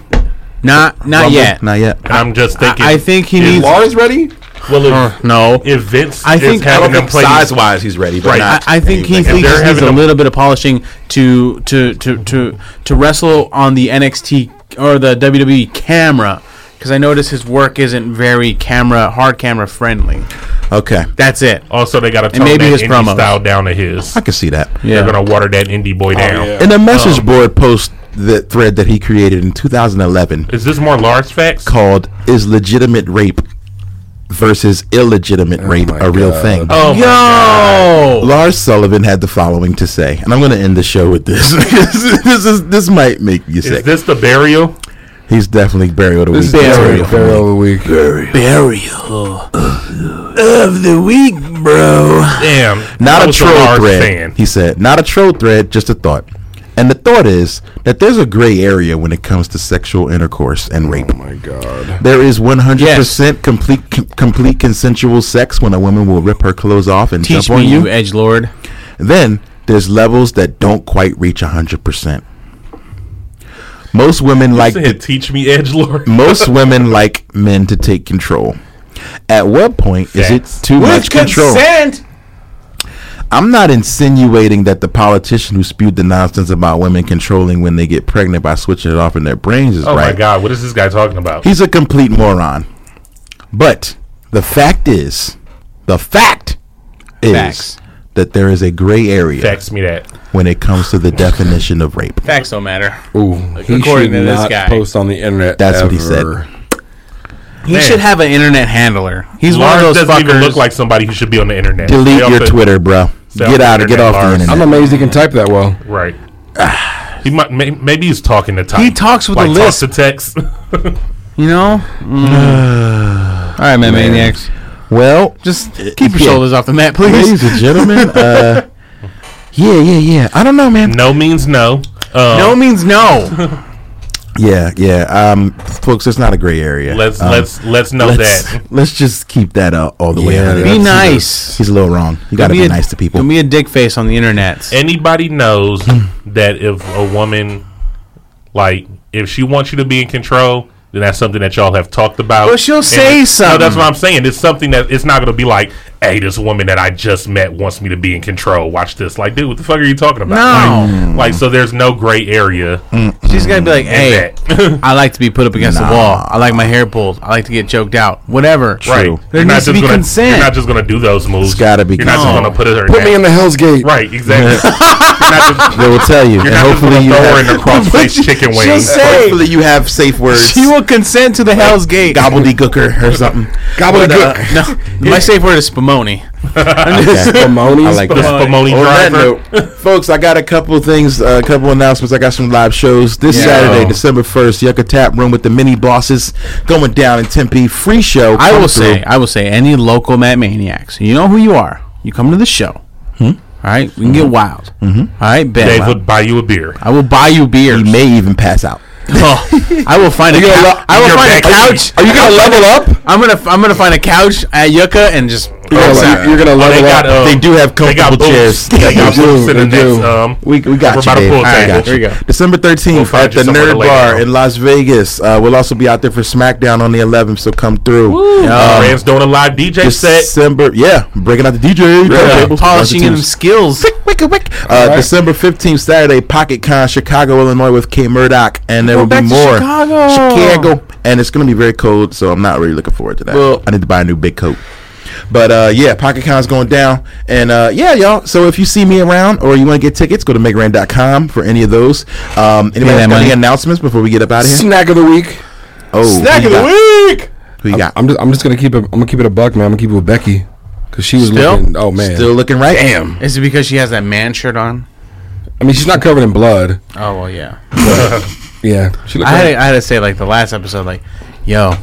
not not Rumble? yet. Not yet. I'm just thinking. I think he if needs- Lars ready? Well, if, No, if Vince I is think- I having don't them play these- size wise, he's ready. But Right. Not I, I think Keith If Lee they're just needs having a a- little bit of polishing to to to to to wrestle on the NXT or the WWE camera because I notice his work isn't very camera hard camera friendly. okay. That's it. also they got to tone maybe that his indie promos. style down to his. I can see that. Yeah. They're gonna water that indie boy down. yeah. In the message Oh. board post that thread that he created in 2011 Is this more large facts? called "Is Legitimate Rape versus Illegitimate Rape my a Real God. Thing?" Oh, my God. Lars Sullivan had the following to say, and I'm going to end the show with this. this is this might make you is sick. this the burial? He's definitely burial of the week. Burial. Burial of the week. of the week, bro. Damn, Not I a was troll Lars thread. fan. He said, not a troll thread, just a thought. And the thought is that there's a gray area when it comes to sexual intercourse and rape. Oh my god. There is 100% complete com- complete consensual sex when a woman will rip her clothes off and Teach jump on me, you you. edge lord. Then there's levels that don't quite reach 100%. Most women like Said, teach me edge lord. most women like men to take control. At what point is Facts. it too much control? I'm not insinuating that the politician who spewed the nonsense about women controlling when they get pregnant by switching it off in their brains is Oh right. my god, what is this guy talking about? He's a complete moron. But the fact is, the fact is Facts. that there is a gray area Text me that. when it comes to the definition of rape. Facts don't matter. Ooh, he should According to this not guy. post on the internet. That's what he ever. He Man. should have an internet handler. He's Lars one of those doesn't even fuckers. look like somebody who should be on the internet. Delete Stay off your the- Twitter, bro. stay off Get the out of get internet, off the Lars. internet. I'm amazed he can type that well. Right. he might. May, maybe he's talking to type. He talks with like, a talks list, to text. you know. Mm. All right, man, maniacs. well, Just Uh, keep your yeah. shoulders off the mat, please. ladies and gentlemen, uh, yeah, yeah, yeah. I don't know, man. no means no. Um, No means no. Yeah, yeah. Um, folks, it's not a gray area. Let's Um, let's let's know let's, that. let's just keep that uh, all the way Yeah, out. of that's- Be there. nice. He's a little wrong. You gotta Don't be, a- nice to people. Don't be a dick face on the internet. Anybody knows Hmm. that if a woman, like, if she wants you to be in control. Then that's something that y'all have talked about. Well, she'll And say it- No, something. that's what I'm saying. It's something that it's not going to be like, "Hey, this woman that I just met wants me to be in control. Watch this." Like, dude, what the fuck are you talking about? No. Hmm. Like, like, so there's no gray area. She's gonna be like, "Hey, that. I like to be put up against the wall. I like my hair pulled. I like to get choked out. Whatever. Right. There You're not needs to just be gonna, consent. You're not just going to do those moves. It's gotta be You're not just consent. going to put her Put me in the Hell's Gate. Right, exactly. you're not just, they will tell you, you're and not just hopefully going to you throw her in have, the crossface chicken wings. hopefully you have safe words. She will consent to the Hell's Gate. gobbledygooker or something. uh, Gobbledygook. No, my safe word is spumoni. Spumoni's. I like The that. Spumoni On that driver. note, folks, I got a couple things, a couple announcements. I got some live shows this Yeah. Saturday, December first. Yucca Tap Room with the Mini Bosses going down in Tempe. Free show. I Come will through. say, I will say, any local Mad Maniacs, you know who you are. You come to the show. All right, we can get wild. All right, bet. Hmm? Mm-hmm. Dave would buy you a beer. I will buy you beer. he may even pass out. Oh, I will find a You gonna couch. lo- I will you're find a back to me. couch. Are you gonna level up? I'm gonna I'm gonna find a couch at Yucca and just You're gonna, sorry. le- you're gonna Oh, level they got, up. uh, They do have they got comfortable chairs. booths. They got They do, booths in the they next. do. Um, We, we got you, We're about a Dave. pool I table. got you. There you go. December 13th We'll find at the you somewhere to Nerd lay Bar down. in Las Vegas. Uh, we'll also be out there for SmackDown on the 11th, so come through. uh, Um, Rand's doing a live DJ set. December, yeah, breaking out the DJ, Yeah, turntables, polishing them turntables. skills. Wick, wick. Uh, December 15th, Saturday, PocketCon, Chicago, Illinois, with K Murdoch, and there will be back to more. Chicago. Chicago. And it's going to be very cold, so I'm not really looking forward to that. I need to buy a new big coat. But uh, yeah, PocketCon's going down. And uh, yeah, y'all. So if you see me around or you want to get tickets, go to MakeRand.com for any of those. Um, anybody that else got money. any announcements before we get up out of here? Snack of the week. oh, Snack of the week. Who you got? I'm just, I'm just gonna keep it. I'm gonna keep it a buck, man. I'm gonna keep it with Becky. because she was Still? looking. Oh man, Still looking right. Damn. Is it because she has that man shirt on? I mean she's not covered in blood. Oh well, yeah. Yeah, she looked. I Like, had, I had to say like the last episode, like, yo,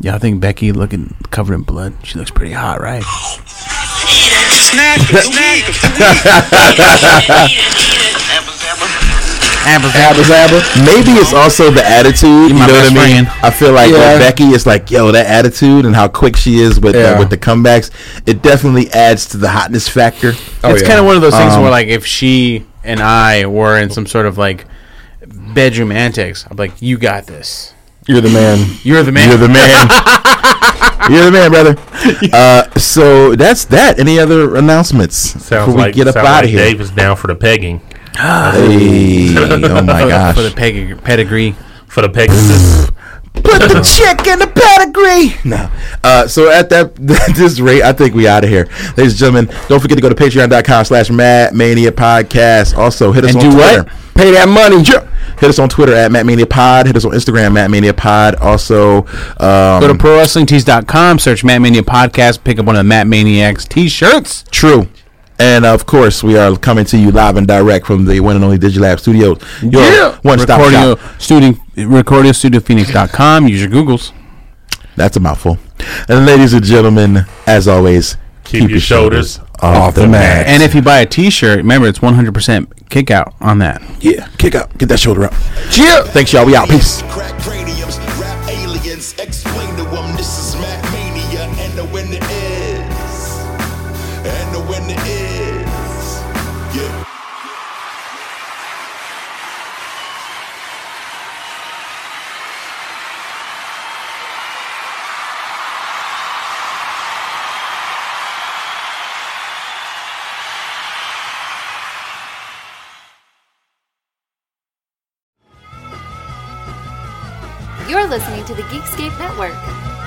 y'all think Becky looking covered in blood? She looks pretty hot, right? Snack, snack, Apples, Abba Zabba. Maybe it's also the attitude. You my know what I best mean? friend. I feel like with Yeah. Becky, it's like, yo, that attitude and how quick she is with Yeah. uh, with the comebacks. It definitely adds to the hotness factor. Oh, it's yeah. kind of one of those things Um, where like if she and I were in some sort of like bedroom antics, I'm like, you got this. You're the man. You're the man. You're the man. You're the man, brother. Uh, so that's that. Any other announcements Sounds before we like, get up sounds out like of here? Dave is down for the pegging. Hey, oh my for gosh! the peg- pedigree. For the Pegasus. Put the chick in the pedigree. No. Uh, so at that at this rate, I think we out of here, ladies and gentlemen. Don't forget to go to Patreon.com/slash Mad Mania Podcast. Also, hit us And on do Twitter. what? Pay that money. Yeah. Hit us on Twitter at Matt Mania Pod. Hit us on Instagram, Matt Mania Pod. Also, um, Go to ProWrestlingTees.com, search Matt Mania Podcast, pick up one of the Matt Maniacs t-shirts. True. And of course, we are coming to you live and direct from the one and only Digilab Studios. Your one stop Recordio, shop. studio, RecordioStudioPhoenix.com. Use your Googles. That's a mouthful. And ladies and gentlemen, as always, Keep your shoulders off the mat. And if you buy a t-shirt, remember it's 100% kick out on that. yeah, kick up, get that shoulder up. Yeah. Thanks, y'all. We out. Peace. Crack craniums, rap aliens. Explain to them this is Mac Mania and the winner is. And the winner is. Yeah. You're listening to the Geekscape Network.